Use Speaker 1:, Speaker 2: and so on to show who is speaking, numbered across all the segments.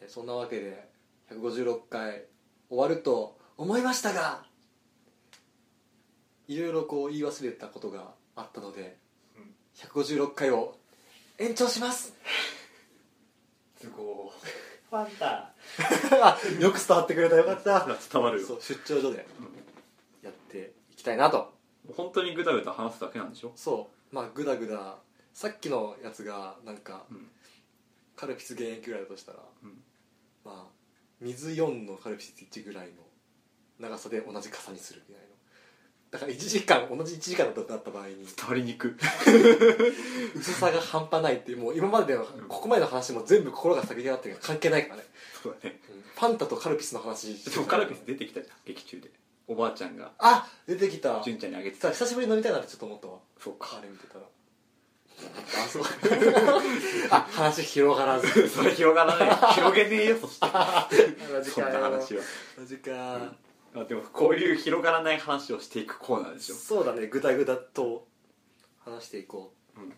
Speaker 1: えそんなわけで156回終わると思いましたがいろいろこう言い忘れたことがあったので
Speaker 2: うん
Speaker 1: 156回を延長します
Speaker 2: 都合ファンタ
Speaker 1: あよく伝わってくれたよかった
Speaker 2: 伝わる よ
Speaker 1: そう出張所でやっていきたいなと
Speaker 2: もう本当にグダグダ話すだけなんでしょ
Speaker 1: そうまあグダグダさっきのやつがなんか
Speaker 2: うん
Speaker 1: カルピス原液ぐらいだとしたら
Speaker 2: うん
Speaker 1: まあ水4のカルピス1ぐらいの長さで同じ傘にするみたいなだから1時間同じ1時間だった場合に
Speaker 2: 伝わりにく
Speaker 1: 薄さが半端ないっていうもう今までのここまでの話も全部心が先にあってるから関係ないからね、
Speaker 2: そうだね
Speaker 1: うんファンタとカルピスの話
Speaker 2: でもカルピス出てきたじゃん劇中でおばあちゃんが
Speaker 1: あ出てきた
Speaker 2: 純ちゃんにあげて
Speaker 1: さ
Speaker 2: た
Speaker 1: 久しぶりに飲みたいなってちょっと思ったわ
Speaker 2: そう
Speaker 1: あ
Speaker 2: か
Speaker 1: れ見てたらあそう あ話広がら ず
Speaker 2: それ広がら ない広げねえよそして
Speaker 1: マ
Speaker 2: そんな話は
Speaker 1: マジか、
Speaker 2: あでもこういう広がらない話をしていくコーナーでしょ
Speaker 1: そうだねぐだぐだと話していこ
Speaker 2: うん
Speaker 1: う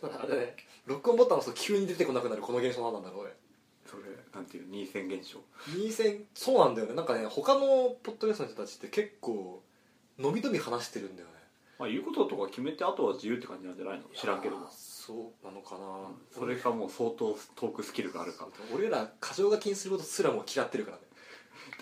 Speaker 1: ただあれね録音ボタン押すと急に出てこなくなるこの現象なんなんだろうね
Speaker 2: それなんていう二線現象
Speaker 1: 二千そうなんだよねなんかね他のポッドキャストの人たちって結構のびのび話してるんだよね
Speaker 2: まあ言うこととか決めてあとは自由って感じなんじゃないの知らんけど
Speaker 1: いやーそうなのかな、
Speaker 2: それかもう相当トークスキルがあるかだ
Speaker 1: 俺ら過剰書きにすることすらも嫌ってるからね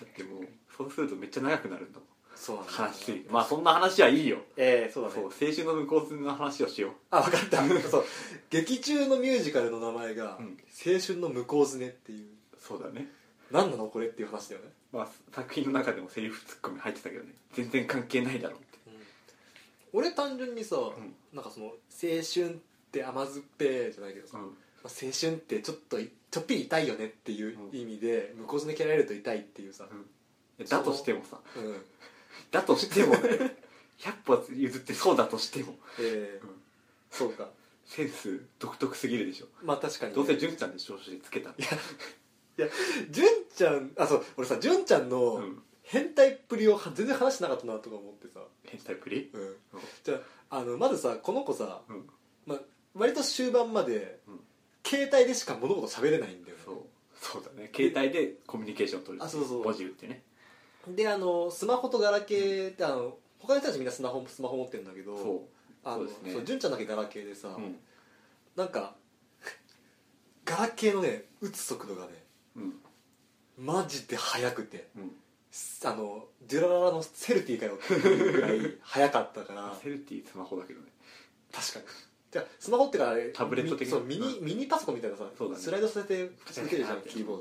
Speaker 2: ってもうそうするとめっちゃ長くなるんだもん
Speaker 1: そうなんだよね
Speaker 2: 話しまあそんな話はいいよ
Speaker 1: ええそうだね
Speaker 2: そう青春の向こうの話をしよう
Speaker 1: あ分かった そう劇中のミュージカルの名前が「
Speaker 2: うん
Speaker 1: 青春の向こうずね」っていう
Speaker 2: そうだね
Speaker 1: 何なのこれっていう話だよね
Speaker 2: まあ作品の中でもセリフツッコミ入ってたけどね全然関係ないだろうって
Speaker 1: 俺単純にさ、
Speaker 2: ん
Speaker 1: なんかその青春って甘酸っぱいじゃないけどさ、まあ、
Speaker 2: ん
Speaker 1: 青春ってちょっといちょっぴり痛いよねっていう意味で、向こうずね蹴られると痛いっていうさ、
Speaker 2: いやだとしてもさ
Speaker 1: うん
Speaker 2: だとしてもね100歩譲ってそうだとしても
Speaker 1: えー
Speaker 2: うん
Speaker 1: そうか
Speaker 2: センス独特すぎるでしょ
Speaker 1: まあ確かに、
Speaker 2: どうせ
Speaker 1: 純
Speaker 2: 純ちゃんで調子つけたの
Speaker 1: ちゃんあそう俺さ純ちゃん
Speaker 2: う
Speaker 1: の
Speaker 2: ん
Speaker 1: 変態っぷりをは全然話してなかったなとか思ってさ、
Speaker 2: 変態プリ
Speaker 1: うんじゃああのまずさこの子さ、
Speaker 2: うん
Speaker 1: まあ、割と終盤まで、
Speaker 2: うん
Speaker 1: 携帯でしか物事喋れないんだよね
Speaker 2: そうそうだね携帯でコミュニケーションを取る
Speaker 1: あそうそう
Speaker 2: 文字打ってね
Speaker 1: であのスマホとガラケーってあの他の人たちみんなスマホスマホ持ってるんだけど
Speaker 2: そ
Speaker 1: あの
Speaker 2: そ
Speaker 1: そうう
Speaker 2: ですね
Speaker 1: 純ちゃんだけガラケーでさ、
Speaker 2: ううん
Speaker 1: なんかガラケーのね打つ速度がね
Speaker 2: うん
Speaker 1: マジで速くて
Speaker 2: うん
Speaker 1: すあのデュラララのセルティかよっていうぐらい速かったから
Speaker 2: セルティスマホだけどね
Speaker 1: 確かにじゃあスマホってからあれ
Speaker 2: タブレット的
Speaker 1: み
Speaker 2: な
Speaker 1: そうミニ、
Speaker 2: う
Speaker 1: ミニパソコンみたいなさ
Speaker 2: そうだね
Speaker 1: スライドさせて打てるじゃん
Speaker 2: はい
Speaker 1: キーボー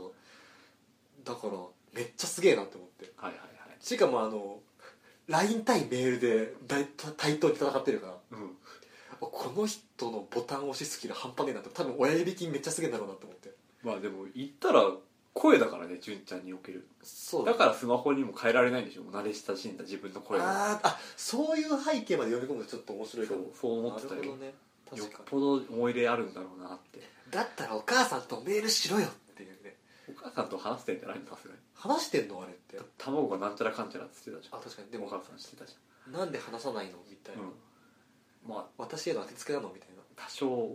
Speaker 1: ドだからめっちゃすげえなって思って
Speaker 2: はいはいはい
Speaker 1: しかもあの LINE 対メールで大対等に戦ってるから
Speaker 2: うん
Speaker 1: あこの人のボタン押しスキル半端ねえなと多分親指筋めっちゃすげえんだろうなと思って
Speaker 2: まあでも言ったら声だからね純ちゃんにおける
Speaker 1: そう
Speaker 2: だからスマホにも変えられないんでしょもう慣れ親しんだ自分の声を
Speaker 1: あーあそういう背景まで読み込むとちょっと面白いか
Speaker 2: そ
Speaker 1: も
Speaker 2: うそう思ってた
Speaker 1: な
Speaker 2: よ
Speaker 1: るほ
Speaker 2: よ
Speaker 1: どね
Speaker 2: っ
Speaker 1: 確か
Speaker 2: ぽど思い入れあるんだろうなって
Speaker 1: にだったらお母さんとメールしろよっていうね
Speaker 2: お母さんと話してんじゃないのさすがに
Speaker 1: 話してんのあれって
Speaker 2: 卵がなんちゃらかんちゃらっつってたじゃ
Speaker 1: あ
Speaker 2: ん
Speaker 1: 確かにで
Speaker 2: でもお
Speaker 1: も
Speaker 2: 母さんしてたじ
Speaker 1: なんで話さないのみたい
Speaker 2: ゃん
Speaker 1: な、
Speaker 2: うんまあ
Speaker 1: 私への当てつけなのみたいな
Speaker 2: 多少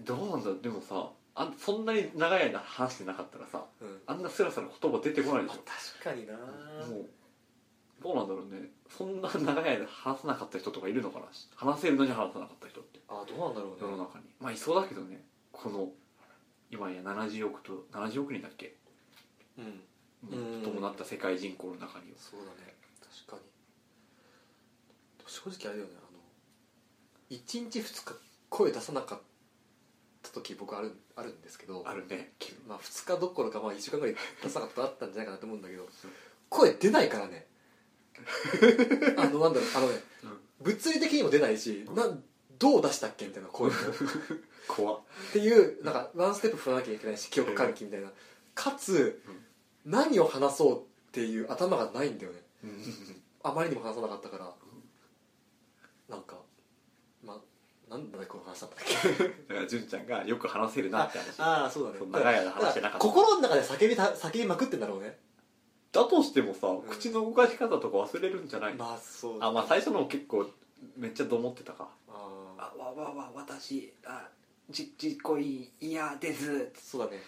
Speaker 2: どうなんだでもさあんそんなに長い間話してなかったらさ
Speaker 1: うん
Speaker 2: あんなスラスラ言葉出てこないでし
Speaker 1: まあ
Speaker 2: ょ
Speaker 1: 確かにな
Speaker 2: もうどうなんだろうねそんな長い間話さなかった人とかいるのかな話せるのに話さなかった人って
Speaker 1: あどうなんだろう
Speaker 2: 世の
Speaker 1: ね
Speaker 2: 中にまあいそうだけどねこの今や70億と70億人だっけ
Speaker 1: うんうん
Speaker 2: ともなった世界人口の中には
Speaker 1: そうだね確かに正直あれだよねあの1日2日声出さなかった時僕あるあるんですけど
Speaker 2: あるね
Speaker 1: まあ、2日どころかまあ1週間ぐらい出さなかったことあったんじゃないかなと思うんだけど声出ないから ねあのなんだろうあのね
Speaker 2: うん
Speaker 1: 物理的にも出ないしなどう出したっけみたいな声もっ
Speaker 2: 怖
Speaker 1: ていうなんかワンステップ踏まなきゃいけないし記憶喚起みたいなかつ何を話そうっていう頭がないんだよねあまりにも話さなかったから、なんかまなんだこの話だったっけ
Speaker 2: だから純ちゃんがよく話せるなって話
Speaker 1: ああそうだ
Speaker 2: そんな長い間話してなかった
Speaker 1: 心の中で叫びた叫びまくってんだろうね
Speaker 2: だとしてもさ、
Speaker 1: ん
Speaker 2: 口の動かし方とか忘れるんじゃない、
Speaker 1: まあそう
Speaker 2: あまあ最初のも結構めっちゃどもってたか
Speaker 1: あー
Speaker 2: あわわわ私あじっこい嫌です
Speaker 1: そうだね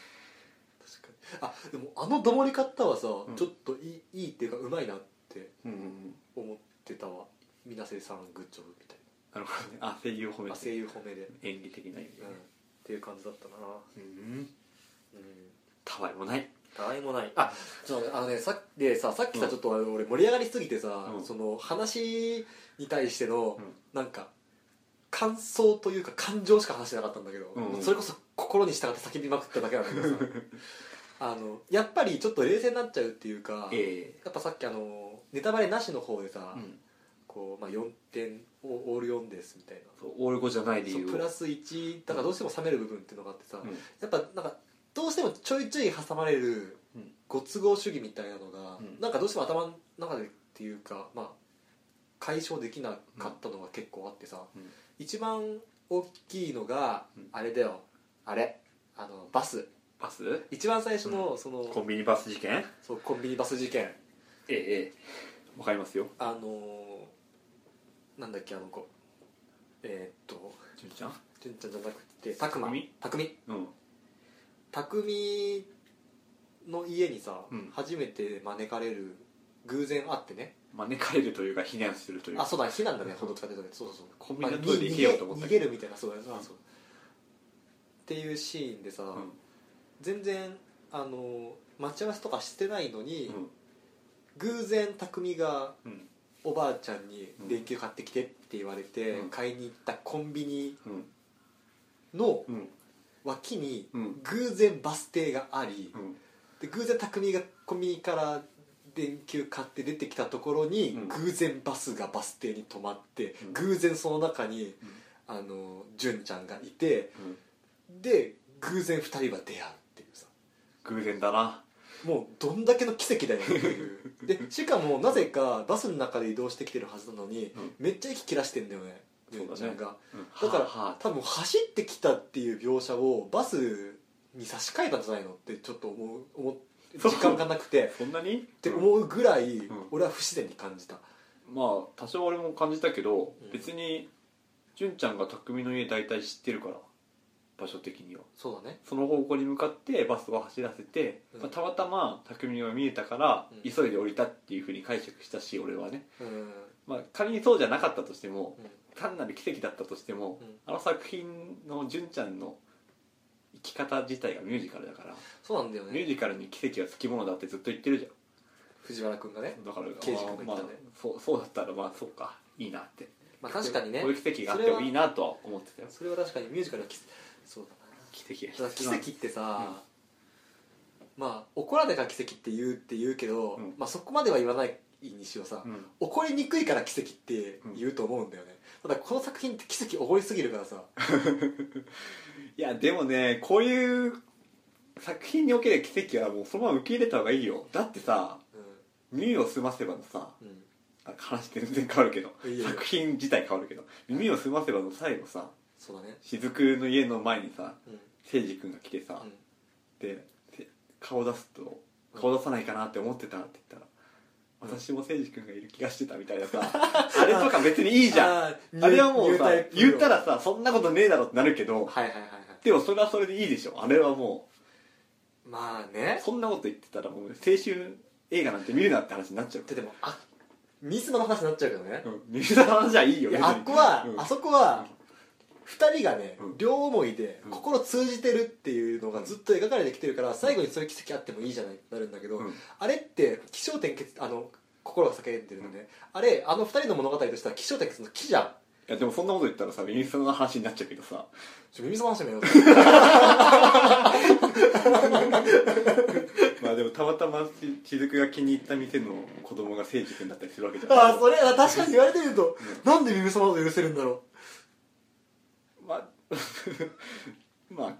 Speaker 1: 確かにあでもあのどもり方はさ、
Speaker 2: ん
Speaker 1: ちょっといいいいっていうかうまいなって
Speaker 2: うんうんうん
Speaker 1: 思ってたわ水瀬さんグッジョブみたい
Speaker 2: なるほどねあ声優を褒め
Speaker 1: なあ声
Speaker 2: て
Speaker 1: 優褒めで、
Speaker 2: 演技的な意味で
Speaker 1: うん、っていう感じだったな
Speaker 2: う
Speaker 1: う
Speaker 2: ん
Speaker 1: ん
Speaker 2: たわいもない
Speaker 1: たわいもないあちょっと待ってあのねさっきでささっきさ
Speaker 2: うん
Speaker 1: ちょっとあの俺盛り上がりすぎてさ、
Speaker 2: うん
Speaker 1: その話に対しての、
Speaker 2: うん
Speaker 1: なんか感想というか感情しか話してなかったんだけど、
Speaker 2: うんうん
Speaker 1: それこそ心に従って叫びまくっただけなんだけど さあのやっぱりちょっと冷静になっちゃうっていうか、
Speaker 2: え
Speaker 1: やっぱさっきあのネタバレなしの方で
Speaker 2: え
Speaker 1: さ、
Speaker 2: うん
Speaker 1: こうまあ、4点オール4ですみたいな
Speaker 2: そうオール5じゃない理
Speaker 1: そう
Speaker 2: 由を
Speaker 1: プラス1だからどうしても冷める部分っていうのがあってさ、
Speaker 2: うん
Speaker 1: やっぱなんかどうしてもちょいちょい挟まれる
Speaker 2: うん
Speaker 1: ご都合主義みたいなのが、
Speaker 2: うん
Speaker 1: なんかどうしても頭の中でっていうか、まあ、解消できなかったのが結構あってさ、
Speaker 2: うん
Speaker 1: 一番大きいのが、
Speaker 2: うん
Speaker 1: あれだよあれあのバス
Speaker 2: バス
Speaker 1: 一番最初の,、その
Speaker 2: コンビニバス事件
Speaker 1: そうコンビニバス事件
Speaker 2: ええええわかりますよ
Speaker 1: あのーなんだっけあの子えーっと
Speaker 2: 純ちゃん
Speaker 1: 純ちゃんじゃなくて拓磨
Speaker 2: 匠
Speaker 1: 匠
Speaker 2: うん
Speaker 1: 匠の家にさ、
Speaker 2: うん
Speaker 1: 初めて招かれる偶然会ってね
Speaker 2: 招かれるというか非難するという
Speaker 1: あ
Speaker 2: か
Speaker 1: そうだ避難だねほど使ってたねそうそうそう
Speaker 2: コンビニの
Speaker 1: まあ
Speaker 2: トイレ行けようと思った
Speaker 1: 逃
Speaker 2: け
Speaker 1: げ
Speaker 2: ど
Speaker 1: るみたいなそうだねあそうっていうシーンでさ、
Speaker 2: うん
Speaker 1: 全然あの待ち合わせとかしてないのに、
Speaker 2: うん
Speaker 1: 偶然匠が
Speaker 2: うん
Speaker 1: おばあちゃんに
Speaker 2: うん
Speaker 1: 電球買ってきてって言われて、
Speaker 2: うん
Speaker 1: 買いに行ったコンビニ
Speaker 2: うん
Speaker 1: の
Speaker 2: うん
Speaker 1: 脇に
Speaker 2: うん
Speaker 1: 偶然バス停があり、
Speaker 2: うん
Speaker 1: で偶然匠がコンビニから電球買って出てきたところに、
Speaker 2: うん
Speaker 1: 偶然バスがバス停に止まって、
Speaker 2: うん
Speaker 1: 偶然その中にあの純ちゃんがいて
Speaker 2: うん
Speaker 1: で偶然2人は出会うっていうさ
Speaker 2: 偶然だな
Speaker 1: もうどんだけの奇跡だよって いうでしかもなぜかバスの中で移動してきてるはずなのに、
Speaker 2: うん
Speaker 1: めっちゃ息切らしてんだよね
Speaker 2: そ
Speaker 1: 純
Speaker 2: うだね
Speaker 1: ちゃんが
Speaker 2: うん
Speaker 1: だから
Speaker 2: はあはあ
Speaker 1: 多分走ってきたっていう描写をバスに差し替えたんじゃないのってちょっと思う思っ
Speaker 2: そう
Speaker 1: 時間がなくて
Speaker 2: そんなにっ
Speaker 1: って思うぐらい
Speaker 2: ん
Speaker 1: 俺は不自然に感じた、
Speaker 2: まあ多少俺も感じたけど、
Speaker 1: うん
Speaker 2: 別に純ちゃんが匠の家大体知ってるから場所的には
Speaker 1: そうだね
Speaker 2: その方向に向かってバスを走らせて、
Speaker 1: うん
Speaker 2: まあたまたま匠が見えたから、
Speaker 1: うん
Speaker 2: 急いで降りたっていうふうに解釈したし俺はね、
Speaker 1: うん、
Speaker 2: まあ、仮にそうじゃなかったとしても
Speaker 1: うん
Speaker 2: 単なる奇跡だったとしても、
Speaker 1: うん
Speaker 2: あの作品の純ちゃんの生き方自体がミュージカルだから、
Speaker 1: そうなんだよ
Speaker 2: ミュー
Speaker 1: ね
Speaker 2: ジカルに奇跡はつきものだってずっと言ってるじゃん
Speaker 1: 藤原君がね、
Speaker 2: だから
Speaker 1: 刑事君が
Speaker 2: まあ、
Speaker 1: 言っ
Speaker 2: ま
Speaker 1: た
Speaker 2: あ
Speaker 1: ね
Speaker 2: そうそうだったらまあそうかいいなって
Speaker 1: まあ、確かにね
Speaker 2: こういう奇跡があってもいいなとは思ってたよ
Speaker 1: それは確かにミュージカルはきそう
Speaker 2: 奇跡
Speaker 1: だなただ奇跡ってさ、まあ怒られた奇跡って言うって言うけど、
Speaker 2: うん
Speaker 1: まあ、そこまでは言わないにしろさ、
Speaker 2: うん
Speaker 1: 怒りにくいから奇跡って言うと思うんだよね、ただこの作品って奇跡怒りすぎるからさ
Speaker 2: いやでもねこういう作品における奇跡はもうそのまま受け入れた方がいいよだってさ
Speaker 1: う
Speaker 2: 耳を澄ませばのさ
Speaker 1: ん、うん、
Speaker 2: あ話全然変わるけど
Speaker 1: いいよ
Speaker 2: 作品自体変わるけど耳を澄ませばの最後さ
Speaker 1: そうだね
Speaker 2: 雫の家の前にさ
Speaker 1: うん、
Speaker 2: 誠司君が来てさ、
Speaker 1: うん、
Speaker 2: でせ顔出すと顔出さないかなって思ってたって言ったら、私も誠司君がいる気がしてたみたいなさあれとか別にいい じゃん
Speaker 1: あー
Speaker 2: あれはもうさ
Speaker 1: ニュータイプ
Speaker 2: 言ったらさそんなことねえだろってなるけど
Speaker 1: はいはいはいはい
Speaker 2: でもそれはそれでいいでしょあれはも
Speaker 1: まあ
Speaker 2: う
Speaker 1: ね
Speaker 2: そんなこと言ってたらもう青春映画なんて見るなって話になっちゃう
Speaker 1: ででもあミスの話になっちゃうけどね、
Speaker 2: うん見るな話 はいいよ
Speaker 1: いや
Speaker 2: 別に
Speaker 1: あっこは、
Speaker 2: うん
Speaker 1: あそこは2人がね、
Speaker 2: うん
Speaker 1: 両思いで
Speaker 2: うん
Speaker 1: 心通じてるっていうのがずっと描かれてきてるから、最後にそういう奇跡あってもいいじゃないってなるんだけど、
Speaker 2: うん
Speaker 1: あれって起承転結あの心が叫んでるのね、あれあの2人の物語としては起承転結の「木じゃん
Speaker 2: いやでもそんなこと言ったらさミニスの話になっちゃうけどさ
Speaker 1: ちょ耳澄ましてみよう
Speaker 2: まあでもたまたまし雫が気に入った店の子供が誠司君だったりするわけじゃん
Speaker 1: ああそれあ確かに言われてみると、なんで耳澄まず許せるんだろ
Speaker 2: まあ ま
Speaker 1: う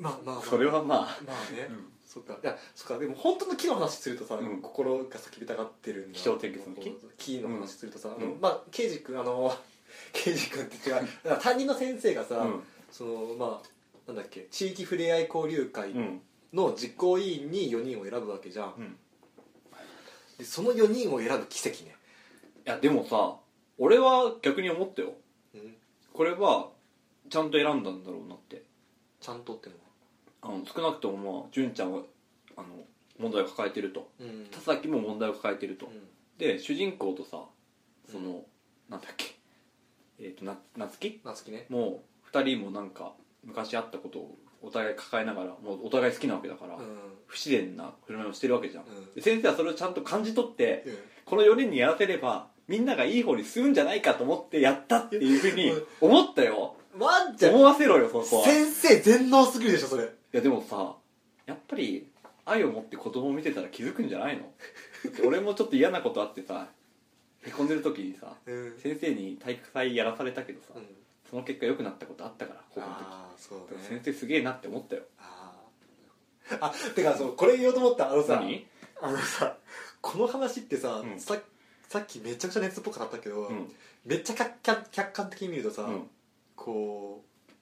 Speaker 1: まあまあ、ま
Speaker 2: あ
Speaker 1: あ、
Speaker 2: それはまあ
Speaker 1: まあね、
Speaker 2: うん
Speaker 1: そっかいやそっかでも本当の木の話するとさ、
Speaker 2: うん
Speaker 1: 心が叫びたがってるんだ
Speaker 2: 気象転結の木
Speaker 1: 木の話するとさ、
Speaker 2: ん
Speaker 1: あの
Speaker 2: うん
Speaker 1: まあ刑事君あの 刑事君って違うだから担任の先生がさ、
Speaker 2: うん
Speaker 1: そのまあなんだっけ地域ふれあい交流会
Speaker 2: うん
Speaker 1: の実行委員に4人を選ぶわけじゃん、
Speaker 2: うん
Speaker 1: でその4人を選ぶ奇跡ね、
Speaker 2: いやでもさ俺は逆に思ったよ
Speaker 1: うん、
Speaker 2: これはちゃんと選んだんだろうなって
Speaker 1: ちゃんとってのは
Speaker 2: あの少なくともまあ純ちゃんはあの問題を抱えてると
Speaker 1: うん
Speaker 2: 田崎も問題を抱えてると、
Speaker 1: うん
Speaker 2: で主人公とさその、なんだっけえっ、とな夏希
Speaker 1: 夏希ね
Speaker 2: もう2人もなんか昔あったことをお互い抱えながらもうお互い好きなわけだから、
Speaker 1: うんうん
Speaker 2: 不自然な振る舞いをしてるわけじゃん、
Speaker 1: うん
Speaker 2: で先生はそれをちゃんと感じ取って、この4人にやらせればみんながいい方に進むんじゃないかと思ってやったっていうふうに思ったよ
Speaker 1: ワンちゃん
Speaker 2: 思わせろよそこは
Speaker 1: 先生全能すぎるでしょそれ
Speaker 2: いやでもさやっぱり愛を持って子供を見てたら気づくんじゃないのだって俺もちょっと嫌なことあってさへこんでる時にさ
Speaker 1: うん
Speaker 2: 先生に体育祭やらされたけどさ、
Speaker 1: うん
Speaker 2: その結果良くなったことあったから高校の時
Speaker 1: ああそう
Speaker 2: だから先
Speaker 1: ね
Speaker 2: 生すげえなって思ったよ
Speaker 1: あーあてかそうこれ言おうと思ったあのさ
Speaker 2: 何
Speaker 1: あのさこの話ってさ、
Speaker 2: うん
Speaker 1: ささっきめちゃくちゃ熱っぽくなったけど、
Speaker 2: うん
Speaker 1: めっちゃ客観客観的に見るとさ、
Speaker 2: うん
Speaker 1: こう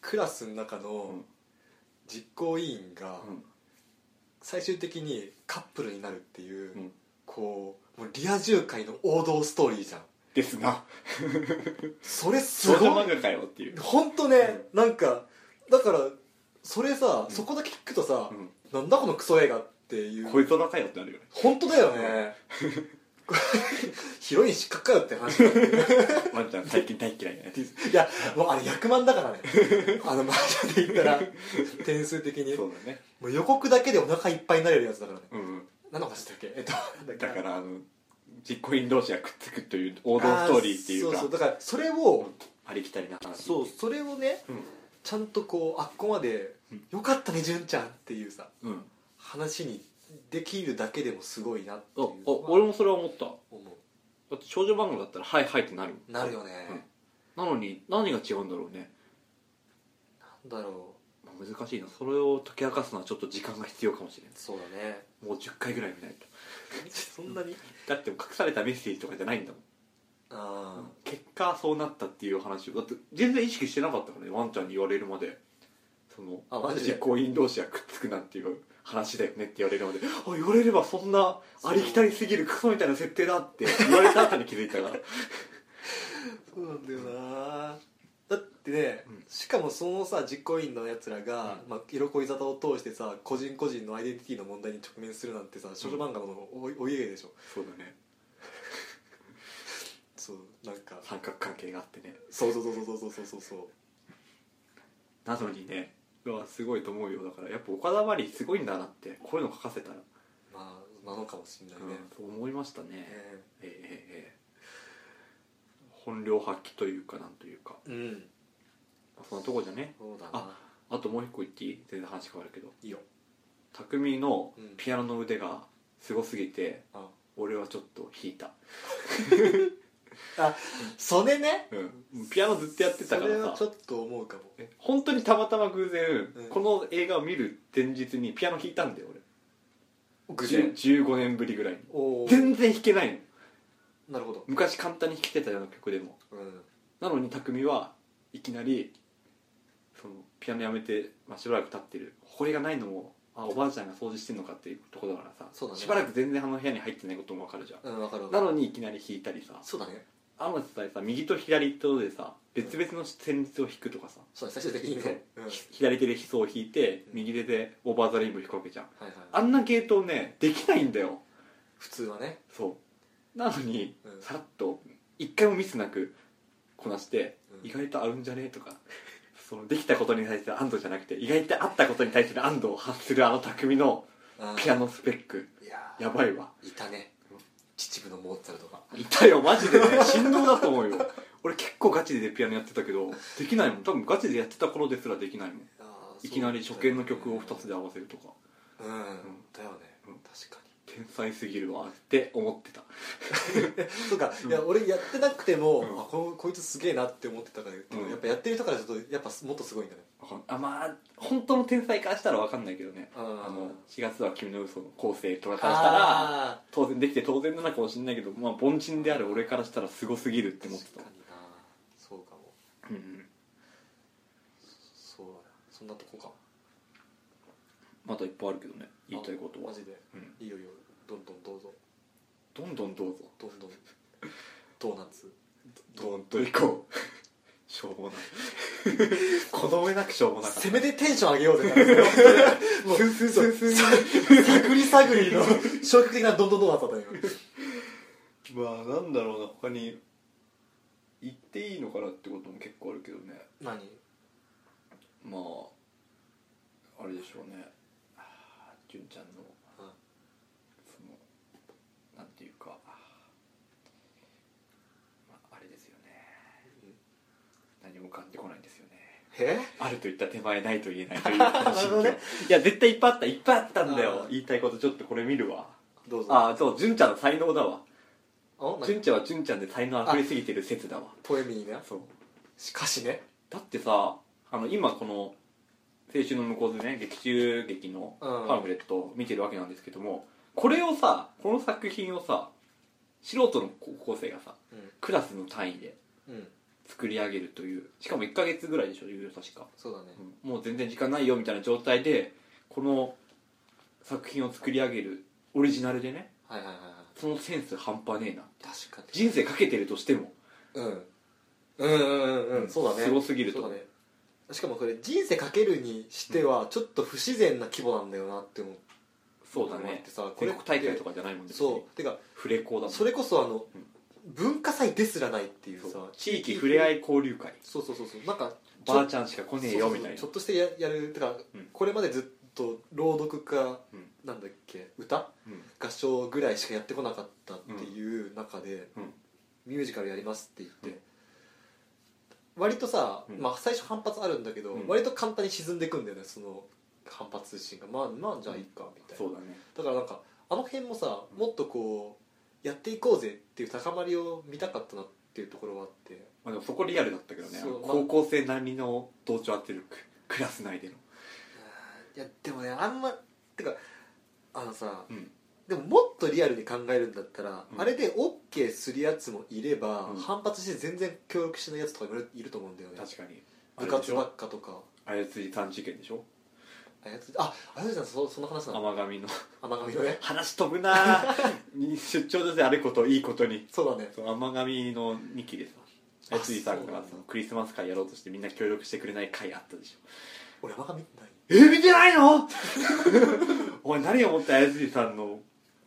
Speaker 1: クラスの中
Speaker 2: う
Speaker 1: の
Speaker 2: ん
Speaker 1: 実行委員が
Speaker 2: うん
Speaker 1: 最終的にカップルになるっていう、
Speaker 2: うん
Speaker 1: こうもうリア充界の王道ストーリーじゃん
Speaker 2: ですな
Speaker 1: それす
Speaker 2: 少女
Speaker 1: ごい
Speaker 2: 漫画かよっていう
Speaker 1: 本当ね、なんかだからそれさ、そこだけ聞くとさ、
Speaker 2: う
Speaker 1: なんだこのクソ映画っていうん
Speaker 2: こいつらかよってなるよね
Speaker 1: 本当だよ ねこれヒロイン失格かよって話だよね
Speaker 2: ワンちゃん最近大嫌いね
Speaker 1: いやもうあれ役満だからねあのマージャンで言ったら点数的に
Speaker 2: そうだね
Speaker 1: もう予告だけでお腹いっぱいになれるやつだからね
Speaker 2: うん
Speaker 1: 何の話したっけえっとなん
Speaker 2: だからあの実行委員同士がくっつくという王道ストーリーっていう
Speaker 1: あ
Speaker 2: か
Speaker 1: そうそうだからそれを
Speaker 2: ありきたりな話
Speaker 1: そうそれをねちゃんとこうあっこまで
Speaker 2: うん
Speaker 1: 「よかったね純ちゃん」っていうさ
Speaker 2: うん、うん、
Speaker 1: 話にできるだけでもすごいなってい
Speaker 2: お
Speaker 1: う
Speaker 2: お
Speaker 1: 俺
Speaker 2: 俺もそれは思っただ
Speaker 1: 思
Speaker 2: って少女漫画だったら「はいはい」ってなる
Speaker 1: うなるよね、
Speaker 2: なのに何が違うんだろうね、
Speaker 1: なんだろ
Speaker 2: まあ難しいなそれを解き明かすのはちょっと時間が必要かもしれ
Speaker 1: うそうだ ね
Speaker 2: んもう10回ぐらい見ないと
Speaker 1: そんなに
Speaker 2: だって隠されたメッセージとかじゃないんだもん
Speaker 1: ああ
Speaker 2: 結果そうなったっていう話をだって全然意識してなかったからねワンちゃんに言われるまでその
Speaker 1: あマジで
Speaker 2: 実行委員同士がくっつくなんていう話だよねって言われるまであ言われればそんなありきたりすぎるクソみたいな設定だって言われた後に気づ いたから
Speaker 1: そうなんだよなだってね、
Speaker 2: うん
Speaker 1: しかもそのさ実行委員のやつらが、まあ、色恋沙汰を通してさ個人個人のアイデンティティの問題に直面するなんてさ少女漫画のお,、お家芸でしょ
Speaker 2: そうだね
Speaker 1: そうなんか
Speaker 2: 三角関係があってね
Speaker 1: そうそうそうそうそうそうそうそう
Speaker 2: なのにねうわすごいと思うよだからやっぱ岡田真理すごいんだなってこういうの書かせたら、
Speaker 1: まあなのかもしんないね、
Speaker 2: そう思いましたね
Speaker 1: え
Speaker 2: ええええ本領発揮というかなんというか
Speaker 1: えうん
Speaker 2: そんなとこじゃね
Speaker 1: そうだな
Speaker 2: ああともう一個言っていい全然話変わるけど
Speaker 1: いいよ
Speaker 2: 匠の
Speaker 1: うん
Speaker 2: ピアノの腕がすごすぎて、
Speaker 1: あ
Speaker 2: 俺はちょっと引いた、
Speaker 1: それね
Speaker 2: うん、ピアノずっとやってたか
Speaker 1: それ
Speaker 2: ら
Speaker 1: はち
Speaker 2: さ
Speaker 1: ょっと思うかも
Speaker 2: え本当にたまたま偶然、
Speaker 1: うん
Speaker 2: この映画を見る前日にピアノ弾いたんだよ
Speaker 1: 偶
Speaker 2: 俺15年ぶりぐらいに
Speaker 1: おお
Speaker 2: 全然弾けないの
Speaker 1: なるほど
Speaker 2: 昔簡単に弾けてたような曲でも
Speaker 1: うん
Speaker 2: なのに匠はいきなりそのピアノやめて、まあ、しばらく経ってる埃がないのもあおばあちゃんが掃除してんのかっていうところだからさ
Speaker 1: そうだね
Speaker 2: しばらく全然あの部屋に入ってないこともわかるじゃん
Speaker 1: うんわかるわか
Speaker 2: な
Speaker 1: る
Speaker 2: のにいきなり弾いたりさ
Speaker 1: そうだね
Speaker 2: あの時代さ右と左とでさ別々の旋律を弾くとかさ、
Speaker 1: そうだね最終的にねうんはい
Speaker 2: ひ左手でヒソを弾いて
Speaker 1: うん
Speaker 2: 右手でオーバーザレインブ弾くわけじゃん
Speaker 1: はい
Speaker 2: あんな系統ねできないんだよ
Speaker 1: 普通はね
Speaker 2: そうなのに、
Speaker 1: うん
Speaker 2: さらっと一回もミスなくこなして、
Speaker 1: うん
Speaker 2: 意外と合うんじゃねえとかそのできたことに対する安堵じゃなくて意外と合ったことに対する安堵を発するあの匠の
Speaker 1: あー
Speaker 2: ピアノスペック
Speaker 1: いやー
Speaker 2: やばいわ
Speaker 1: いたね
Speaker 2: うん
Speaker 1: 秩父のモーツァルトが
Speaker 2: いたよマジで ね振動だと思うよ俺結構ガチでピアノやってたけどできないもん多分ガチでやってた頃ですらできないもんいきなり初見の曲を2つで合わせるとか
Speaker 1: うん、だよね、
Speaker 2: うん
Speaker 1: 確かに
Speaker 2: 天才すぎるわって思ってた
Speaker 1: そうか、いや俺やってなくても、
Speaker 2: うん
Speaker 1: あここいつすげえなって思ってたからけど、
Speaker 2: うん
Speaker 1: やっぱやってる人からするとやっぱもっとすごいんだね
Speaker 2: わかんあまあ本当の天才からしたら分かんないけどね
Speaker 1: あ
Speaker 2: あ
Speaker 1: ー
Speaker 2: の4月は君の嘘の構成とかからしたら当然できて当然なのかもしれないけど、まあ、凡人である俺からしたらすごすぎるって思って
Speaker 1: 確
Speaker 2: た
Speaker 1: かになそうかも
Speaker 2: うんうん
Speaker 1: そうだねそんなとこか
Speaker 2: まだいっぱいあるけどね言いたいこと
Speaker 1: あ
Speaker 2: は
Speaker 1: マ、ジで
Speaker 2: うん、
Speaker 1: いいよいいよどんどんどうぞ
Speaker 2: どんどんどうぞ
Speaker 1: どんどんドーナツ
Speaker 2: どんといこう しょうもないこの上なくしょうもな かった
Speaker 1: せめてテンション上げ ようぜだからもう
Speaker 2: スンスンスンスン
Speaker 1: 探り探りの 消極的などんどんどんだったんだよ
Speaker 2: まあなんだろうな他に言っていいのかなってことも結構あるけどね
Speaker 1: 何
Speaker 2: まああれでしょうねあー純ちゃんの
Speaker 1: うん
Speaker 2: そのなんていうか、まあ、あれですよね何も浮かんでこないんですよね
Speaker 1: え
Speaker 2: あると言った手前ないと言えないと いうな
Speaker 1: るほどね
Speaker 2: いや絶対いっぱいあったいっぱいあったんだよ
Speaker 1: あー
Speaker 2: 言いたいことちょっとこれ見るわ
Speaker 1: どうぞ
Speaker 2: ああそう純ちゃんの才能だわ
Speaker 1: お
Speaker 2: 純
Speaker 1: 何
Speaker 2: ちゃんは純ちゃんで才能あふれすぎてる説だわ
Speaker 1: ポエミーね
Speaker 2: そう
Speaker 1: しかしね
Speaker 2: だってさあの今この「青春の向こう」でね劇中劇の
Speaker 1: う
Speaker 2: パ
Speaker 1: ん
Speaker 2: ンフレットを見てるわけなんですけども、これをさこの作品をさ素人の高校生がさ
Speaker 1: う
Speaker 2: クラスの単位で
Speaker 1: んうん
Speaker 2: 作り上げるというしかも1ヶ月ぐらいでしょ有料確か、
Speaker 1: そうだね
Speaker 2: うんもう全然時間ないよみたいな状態でこの作品を作り上げるオリジナルでね
Speaker 1: はいはいはいはい
Speaker 2: そのセンス半端ねえな
Speaker 1: 確かに
Speaker 2: 人生かけてるとしても
Speaker 1: うんうんうんうん
Speaker 2: う
Speaker 1: うん
Speaker 2: ん
Speaker 1: そうだね
Speaker 2: すごすぎると
Speaker 1: そうだねしかもこれ人生かけるにしてはちょっと不自然な規模なんだよなって思う
Speaker 2: そうだ
Speaker 1: だね
Speaker 2: ね全国大会とかじゃないもんね
Speaker 1: そうてか
Speaker 2: フレコーだもん
Speaker 1: それこそあの
Speaker 2: うん
Speaker 1: 文化祭ですらないっていう
Speaker 2: そう
Speaker 1: さ
Speaker 2: 地域ふれあい交流会
Speaker 1: そうそうそうそうなんかちょ
Speaker 2: ばあちゃんしか来ねえよみたいな
Speaker 1: そうそうそうちょっとしてややるてか
Speaker 2: うん
Speaker 1: これまでずっと朗読か
Speaker 2: うん
Speaker 1: なんだっけ歌
Speaker 2: うん
Speaker 1: 合唱ぐらいしかやってこなかったっていう中で
Speaker 2: うん
Speaker 1: ミュージカルやりますって言って割とさ
Speaker 2: うん
Speaker 1: まあ最初反発あるんだけど
Speaker 2: うん
Speaker 1: 割と簡単に沈んでいくんだよねその反発心がまあまあじゃあいいかみたいな
Speaker 2: そうだね
Speaker 1: だからなんかあの辺もさもっとこうやっていこうぜっていう高まりを見たかったなっていうところはあって
Speaker 2: まあでもそこリアルだったけどね
Speaker 1: そう
Speaker 2: 高校生並みの同調圧力クラス内での
Speaker 1: いやでもねあんまてかあのさ
Speaker 2: うん
Speaker 1: でももっとリアルに考えるんだったら、
Speaker 2: うん
Speaker 1: あれで OK するやつもいれば、
Speaker 2: うん
Speaker 1: 反発して全然協力しないやつとかもいるいると思うんだよね
Speaker 2: 確かに
Speaker 1: 部活ば
Speaker 2: は
Speaker 1: っかとか
Speaker 2: あやつりさん事件でしょ
Speaker 1: あやつああやつじゃんそその話なの
Speaker 2: 甘神の
Speaker 1: 甘神のね
Speaker 2: 話飛ぶなぁ出張所であれこといいことに
Speaker 1: そうだね
Speaker 2: そう甘神の2期でさ
Speaker 1: あ
Speaker 2: あやつりさ
Speaker 1: そ
Speaker 2: んが
Speaker 1: う
Speaker 2: そ
Speaker 1: なん
Speaker 2: の
Speaker 1: だ
Speaker 2: クリスマス会やろうとしてみんな協力してくれない会あったでしょ
Speaker 1: 俺甘神ってない
Speaker 2: え見てないの お前何を思って綾杉さんの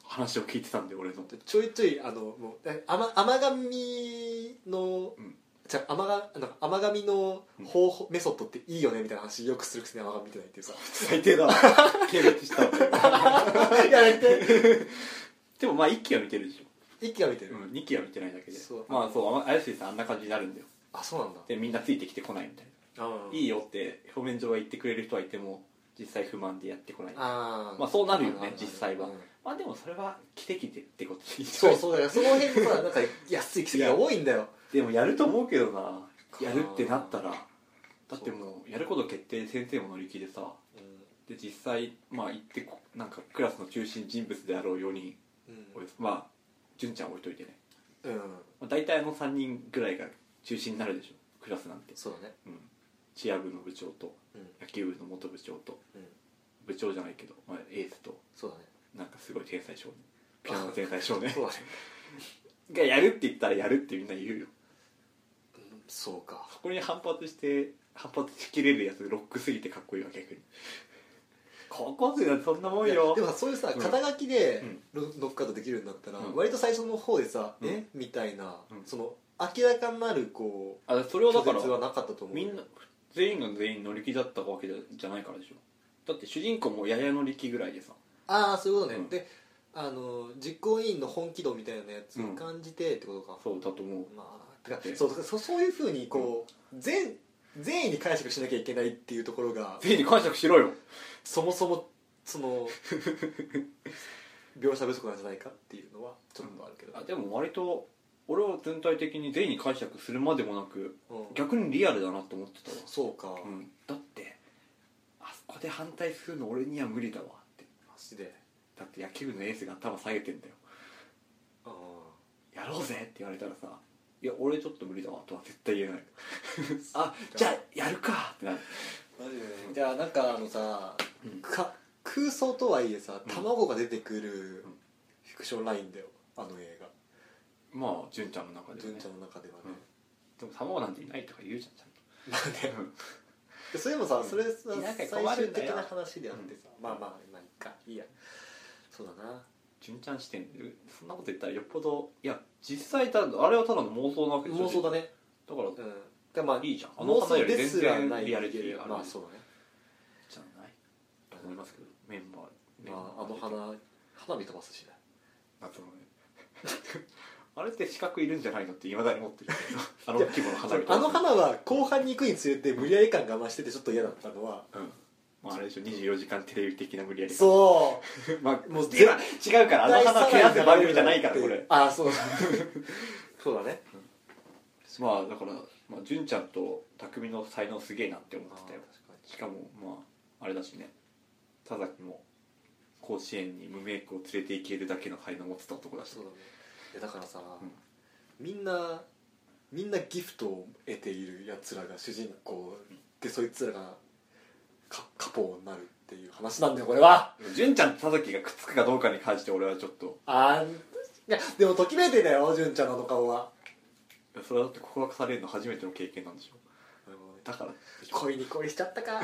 Speaker 2: 話を聞いてたんで俺の
Speaker 1: でちょいちょいあのもうえ甘甘神の、
Speaker 2: うん
Speaker 1: じゃあ甘がなんか甘神の方法、メソッドっていいよねみたいな話よくするくせに甘神見てないっていうさ
Speaker 2: 最低 だわ軽蔑したわ
Speaker 1: やめて
Speaker 2: でもまあ1期は見てるでし
Speaker 1: 一気が見て
Speaker 2: ょ、
Speaker 1: る、
Speaker 2: うん、2期は見てないだけで
Speaker 1: そう
Speaker 2: まあそう綾杉さんあんな感じになるんだよ
Speaker 1: あそうなんだ
Speaker 2: でみんなついてきてこないみたいな、いい
Speaker 1: よ
Speaker 2: よって表面上は言ってくれる人はいても実際不満でやってこない
Speaker 1: あー
Speaker 2: まあそうなるよ
Speaker 1: あ
Speaker 2: ね実際は
Speaker 1: うん
Speaker 2: まあでもそれは奇跡でってことでいい
Speaker 1: そうそうだからその辺さなんか安い奇跡が多いんだよ
Speaker 2: でもやると思うけどなやるってなったらだってもうやること決定で先生も乗り気でさ
Speaker 1: う
Speaker 2: で実際まあ行ってこなんかクラスの中心人物であろう4人、
Speaker 1: ん
Speaker 2: およそまあ純ちゃん置いといてね、
Speaker 1: うん、
Speaker 2: まあ、大体あの3人ぐらいが中心になるでしょクラスなんて、
Speaker 1: そうだね
Speaker 2: うん、チア部の部長と
Speaker 1: うん
Speaker 2: 野球部の元部長と
Speaker 1: うん
Speaker 2: 部長じゃないけど、まあ、エースと
Speaker 1: そうだね
Speaker 2: なんかすごい天才少年ピアノの天才少年
Speaker 1: そうだね
Speaker 2: がやるって言ったらやるってみんな言うよ
Speaker 1: うんそうか
Speaker 2: そこに反発して反発しきれるやつロックすぎてかっこいいわ逆に高校生なんてそんなもん
Speaker 1: いや
Speaker 2: よ
Speaker 1: でもさそういうさ
Speaker 2: うん
Speaker 1: 肩書きでロノックアウトできるんだったら、
Speaker 2: うん
Speaker 1: 割と最初の方でさ、
Speaker 2: うん
Speaker 1: えみたいな、
Speaker 2: うん
Speaker 1: その明らかになるこ
Speaker 2: あそれ
Speaker 1: う
Speaker 2: はだか
Speaker 1: 拒
Speaker 2: ら
Speaker 1: 絶はなかったと思う
Speaker 2: みんな全員が全員乗り気だったわけじゃじゃないからでしょだって主人公もやや乗り気ぐらいでさ
Speaker 1: ああそういうことね、
Speaker 2: うん
Speaker 1: であの実行委員の本気度みたいなやつを感じてってことか、
Speaker 2: そうだと思う
Speaker 1: まあ、てか
Speaker 2: で
Speaker 1: そうそそういうふうにこう、全善意に解釈しなきゃいけないっていうところが
Speaker 2: 全員に感謝しろよ
Speaker 1: そもそもそ の描写不足なんじゃないかっていうのはちょっとあるけど
Speaker 2: あ、でも割と俺は全体的に全員に解釈するまでもなく
Speaker 1: うん
Speaker 2: 逆にリアルだなと思ってたわ
Speaker 1: そうか、
Speaker 2: うん、だってあそこで反対するの俺には無理だわって
Speaker 1: マジで、
Speaker 2: だって野球部のエースが頭下げてんだよ
Speaker 1: うん、
Speaker 2: やろうぜって言われたらさ「いや俺ちょっと無理だわ」とは絶対言えない あじゃあやるかってなる
Speaker 1: マジでじゃあなんかあのさ、
Speaker 2: うん
Speaker 1: か空想とはいえさ
Speaker 2: うん
Speaker 1: 卵が出てくる
Speaker 2: うん
Speaker 1: フィクションラインだよあの映画
Speaker 2: まあ純ちゃんの中で、ね、
Speaker 1: 純ちゃんの中ではね、
Speaker 2: うんでも卵なんていないとか言うじゃんちゃんと
Speaker 1: でそれもさ、
Speaker 2: うん
Speaker 1: それさ
Speaker 2: いなきゃ
Speaker 1: 最
Speaker 2: 困る
Speaker 1: 終
Speaker 2: んだ
Speaker 1: 的
Speaker 2: よ
Speaker 1: な話であってさ、まあまあまあいっかいいやそうだな
Speaker 2: 純ちゃん視点でそんなこと言ったらよっぽどいや実際ただあれはただの妄想なわけでしょ
Speaker 1: 妄想だね
Speaker 2: だから
Speaker 1: うんでまあ
Speaker 2: いいじゃんあ
Speaker 1: 妄
Speaker 2: の花
Speaker 1: 想
Speaker 2: より
Speaker 1: で
Speaker 2: 全
Speaker 1: すら
Speaker 2: 然
Speaker 1: ない
Speaker 2: リアリティがある
Speaker 1: まあそうだね
Speaker 2: じゃないと思いますけどメンバーメンバ
Speaker 1: まあ
Speaker 2: ー
Speaker 1: あの花花火飛ばすしね
Speaker 2: 夏のね あれって資格いるんじゃないのっていまだに思ってる あの規模の花火
Speaker 1: あの花は後半に行くにつれて無理やり感が増しててちょっと嫌だったのは
Speaker 2: うんまあ、あれでしょ24時間テレビ的な無理やりう
Speaker 1: そう
Speaker 2: まあ
Speaker 1: も
Speaker 2: も
Speaker 1: う
Speaker 2: う違う違うからあの花は嫌って番組じゃないからこれ
Speaker 1: ああそうそうだね
Speaker 2: まあだから、まあ、純ちゃんと匠の才能すげえなって思ってたよしかもまああれだしね田崎も甲子園に無名校を連れて行けるだけの才能を持ってた男だし
Speaker 1: そうだねいやだからさ、
Speaker 2: うん
Speaker 1: みんなみんなギフトを得ているやつらが主人公でそいつらがカカポーになるっていう話なんだよこれは
Speaker 2: 純ちゃんと田崎がくっつくかどうかに関して俺はちょっと
Speaker 1: あーいやでもときめいてんだよ純ちゃんのあの顔は
Speaker 2: それはだって告白されるの初めての経験なんでしょだから
Speaker 1: 恋に恋しちゃった か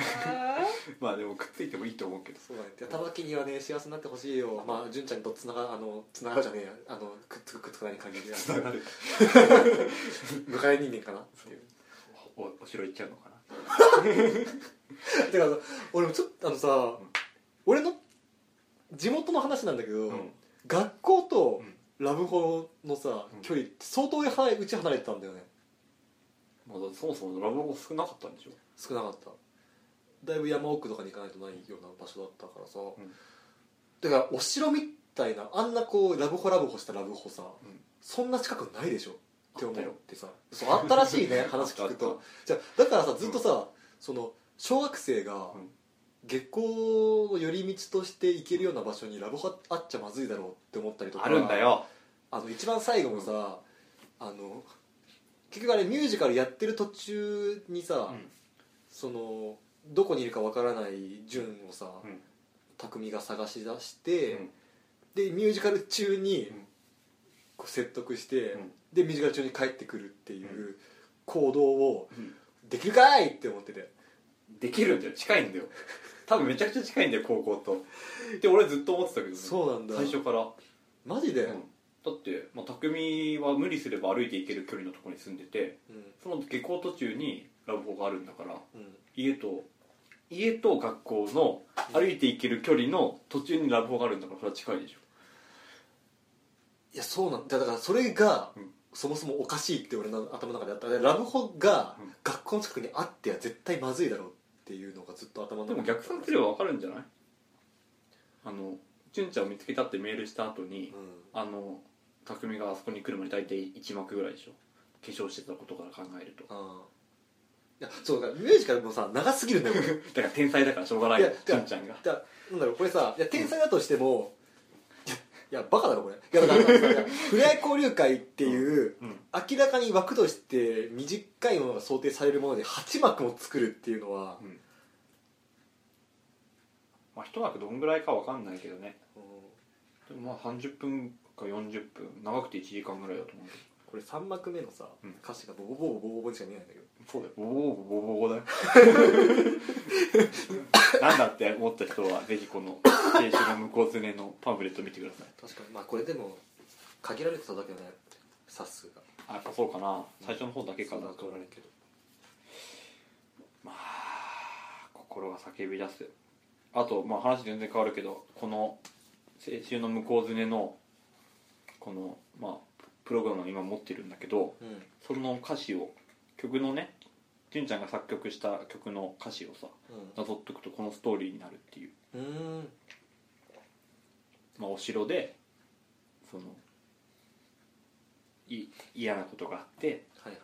Speaker 2: まあでもくっついてもいいと思うけど
Speaker 1: そうだねいや玉木にはね幸せになってほしいよまあ純ちゃんとつながあのつながるじゃねえやあのくっつくくっつかない限りは
Speaker 2: つながる
Speaker 1: 迎え人間かなっていう
Speaker 2: おお城行っちゃうのかな
Speaker 1: だからさ俺もちょっとあのさ、
Speaker 2: ん
Speaker 1: 俺の地元の話なんだけど、
Speaker 2: うん
Speaker 1: 学校とラブホのさ、
Speaker 2: うん
Speaker 1: 距離って相当離れうち離れてたんだよね
Speaker 2: まあ、そもそもラブホ少なかったんでしょ
Speaker 1: 少なかっただいぶ山奥とかに行かないとないような場所だったからさ、
Speaker 2: ん
Speaker 1: だからお城みたいなあんなこうラブホラブホしたラブホさ、
Speaker 2: ん
Speaker 1: そんな近くないでしょって思
Speaker 2: あったよ
Speaker 1: ってさそうあったらしい ね話聞く
Speaker 2: あっ
Speaker 1: とじゃあだからさずっとさ、その小学生が、
Speaker 2: うん
Speaker 1: 月光の寄り道として行けるような場所にラブホあっちゃまずいだろうって思ったりとか
Speaker 2: あるんだよ
Speaker 1: あの一番最後もさ、あの結局あれミュージカルやってる途中にさ、
Speaker 2: うん
Speaker 1: そのどこにいるかわからない純をさ、
Speaker 2: うん
Speaker 1: 匠が探し出して、
Speaker 2: うん
Speaker 1: でミュージカル中に
Speaker 2: うん
Speaker 1: こう説得して、
Speaker 2: うん
Speaker 1: でミュージカル中に帰ってくるっていう行動を
Speaker 2: うん
Speaker 1: できるかいって思ってて
Speaker 2: できるんだよ近いんだよ多分めちゃくちゃ近いんだよ高校とで俺ずっと思ってたけどね
Speaker 1: そうなんだ
Speaker 2: 最初から、
Speaker 1: マジで、
Speaker 2: うんだって、まあ、匠は無理すれば歩いて行ける距離のところに住んでて
Speaker 1: うん
Speaker 2: その下校途中にラブホがあるんだから
Speaker 1: うん
Speaker 2: 家と家と学校の歩いて行ける距離の途中にラブホがあるんだからそれは近いでしょ
Speaker 1: いやそうなんだだからそれが、
Speaker 2: うん
Speaker 1: そもそもおかしいって俺の頭の中であったでラブホが
Speaker 2: うん
Speaker 1: 学校の近くにあっては絶対まずいだろうっていうのがずっと頭の中
Speaker 2: でも逆算すればわかるんじゃないあの純ちゃんを見つけたってメールした後
Speaker 1: う
Speaker 2: に、あの匠があそこに来るまで大体1幕ぐらいでしょ化粧してたことから考えると
Speaker 1: んああいやそうだからミュージカルもさ長すぎるんだよこれ
Speaker 2: だから天才だからしょうがない
Speaker 1: い
Speaker 2: よ
Speaker 1: や
Speaker 2: 純ちゃんが
Speaker 1: だなんだろうこれさいや天才だとしても、いやいやバカだろこれいやだからさいやふれあい交流会っていう、
Speaker 2: うん
Speaker 1: 明らかに枠として短いものが想定されるもので8幕も作るっていうのは、
Speaker 2: うんまあ一幕どんぐらいかわかんないけどね
Speaker 1: うん
Speaker 2: でもまあ30分か40分長くて1時間ぐらいだと思うけ
Speaker 1: これ3幕目のさ、
Speaker 2: うん
Speaker 1: 歌詞がボボボボボボボにしか見えないんだけど
Speaker 2: どそうだよボボボボボボだよ なんだって思った人はぜひこの「青春の向こう常のパンフレット見てください
Speaker 1: 確かにまあこれでも限られてただけだね冊数が
Speaker 2: あやっぱそうかな最初の方だけかな
Speaker 1: そうだと思うけど
Speaker 2: まあ心が叫び出すあとまあ話全然変わるけどこの「青春の向こうずね」のこのまあプログラムを今持ってるんだけど
Speaker 1: うんうん
Speaker 2: その歌詞を曲のね純ちゃんが作曲した曲の歌詞をさなぞっとくとこのストーリーになるっていう、
Speaker 1: うーん
Speaker 2: まあ、お城でそのい嫌なことがあって
Speaker 1: はいはい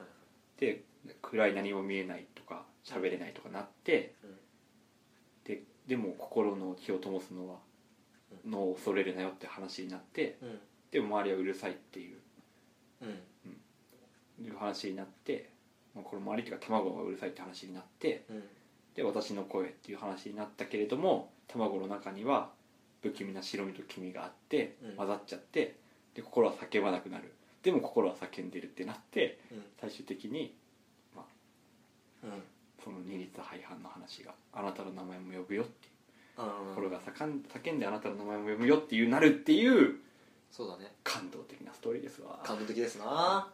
Speaker 2: で暗い何も見えないとか喋れないとかなって、
Speaker 1: うん
Speaker 2: ででも心の火を灯すのはのを恐れるなよって話になって
Speaker 1: うん
Speaker 2: でも周りはうるさいっていう
Speaker 1: うん
Speaker 2: いう話になって、まあ、これ周りっていうか卵がうるさいって話になって
Speaker 1: うん
Speaker 2: で私の声っていう話になったけれども卵の中には不気味な白身と黄身があって
Speaker 1: うん
Speaker 2: 混ざっちゃってで心は叫ばなくなるでも心は叫んでるってなって
Speaker 1: うん
Speaker 2: 最終的に
Speaker 1: うん
Speaker 2: その二律背反の話があなたの名前も呼ぶよっていう
Speaker 1: あ
Speaker 2: 心
Speaker 1: ー
Speaker 2: が叫ん叫んであなたの名前も呼ぶよっていうなるっていう
Speaker 1: そうだね
Speaker 2: 感動的なストーリーですわ
Speaker 1: 感動的ですな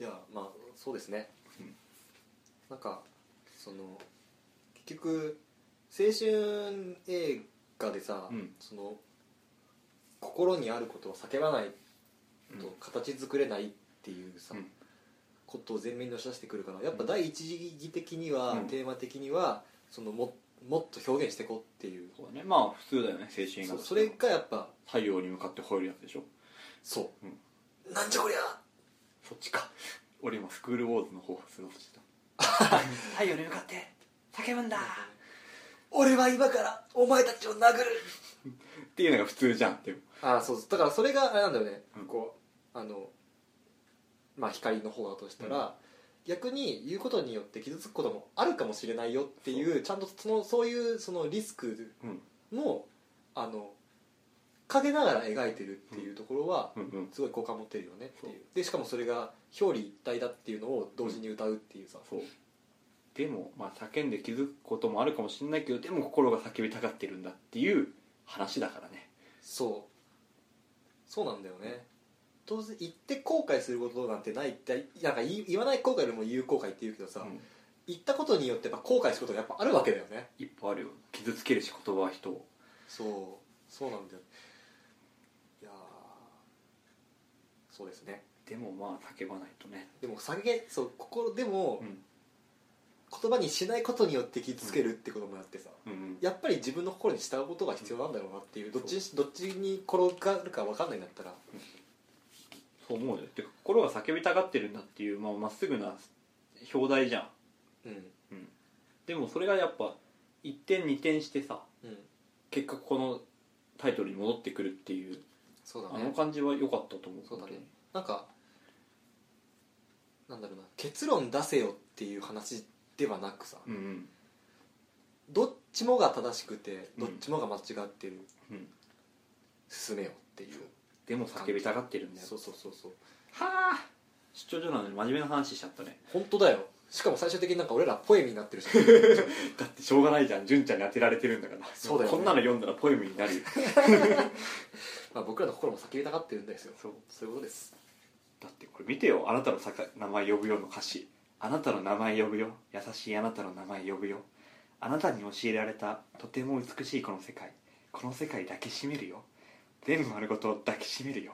Speaker 1: いやまあそうですね、
Speaker 2: うん
Speaker 1: なんかその結局青春映画でさ、
Speaker 2: うん
Speaker 1: その心にあることを叫ばない
Speaker 2: うん
Speaker 1: と形作れないっていうさ、
Speaker 2: うん
Speaker 1: ことを前面に押し出してくるからやっぱ第一義的には、
Speaker 2: うん
Speaker 1: テーマ的にはそのももっと表現していこうっていう
Speaker 2: そうだねまあ普通だよね精神
Speaker 1: そ
Speaker 2: が
Speaker 1: うそれがやっぱ
Speaker 2: 太陽に向かって吠えるやつでしょ
Speaker 1: そう、
Speaker 2: うん
Speaker 1: なんじゃこりゃ
Speaker 2: そっちか俺今スクールウォーズの方をするとしてた太陽に向かって叫ぶんだ
Speaker 1: 俺は今からお前たちを殴る
Speaker 2: っていうのが普通じゃんでも
Speaker 1: ああそうそうだからそれがあれなんだよね、
Speaker 2: うん
Speaker 1: こうあのまあ光の方だとしたら、逆に言うことによって傷つくこともあるかもしれないよっていうちゃんとそのそういうそのリスク
Speaker 2: うん
Speaker 1: もあの陰ながら描いてるっていうところは、
Speaker 2: うんうん
Speaker 1: すごい好感持ってるよねっていうでしかもそれが表裏一体だっていうのを同時に歌うっていうさ、
Speaker 2: そうでもまあ叫んで気づくこともあるかもしれないけどでも心が叫びたがってるんだっていう話だからね
Speaker 1: そうそうなんだよね当然言って後悔することなんてないってなんか言い言わない後悔よりも言う後悔って言うけどさ、
Speaker 2: うん
Speaker 1: 言ったことによってやっぱ後悔することがやっぱあるわけだよね
Speaker 2: いっぱいあるよ傷つけるし言葉は人を
Speaker 1: そうそうなんだよいやーそうですね
Speaker 2: でもまあ叫ばないとね
Speaker 1: でも下げそう心でも、
Speaker 2: うん
Speaker 1: 言葉にしないことによって傷つけるってこともあってさ、
Speaker 2: うんうん
Speaker 1: やっぱり自分の心に従うことが必要なんだろうなっていうどっちにどっちに転がるか分かんないんだったら
Speaker 2: そう思うよてか心が叫びたがってるんだっていうまあ、まっすぐな表題じゃん
Speaker 1: うん
Speaker 2: でもそれがやっぱ一点二点してさ
Speaker 1: うん
Speaker 2: 結果このタイトルに戻ってくるっていう
Speaker 1: そうだ
Speaker 2: あ
Speaker 1: ね
Speaker 2: の感じは良かったと思う
Speaker 1: そうだねなんかなんだろうな結論出せよっていう話ではなくさ、
Speaker 2: うんうん
Speaker 1: どっちもが正しくて
Speaker 2: うん
Speaker 1: どっちもが間違ってる、
Speaker 2: うん
Speaker 1: 進めよっていう
Speaker 2: でも叫びたがってるんだよ
Speaker 1: そうそうそうそう
Speaker 2: はあ出張所なのに真面目な話しちゃったね
Speaker 1: 本当だよしかも最終的になんか俺らポエムになってる し
Speaker 2: だってしょうがないじゃん純ちゃんに当てられてるんだから
Speaker 1: そうだよね
Speaker 2: こんなの読んだらポエムになるよ
Speaker 1: まあ僕らの心も叫びたがってるんですよ
Speaker 2: そう
Speaker 1: そういうことです
Speaker 2: だってこれ見てよあなたのさか名前呼ぶよの歌詞あなたの名前呼ぶよ優しいあなたの名前呼ぶよあなたに教えられたとても美しいこの世界この世界抱きしめるよ全部丸ごと抱きしめるよ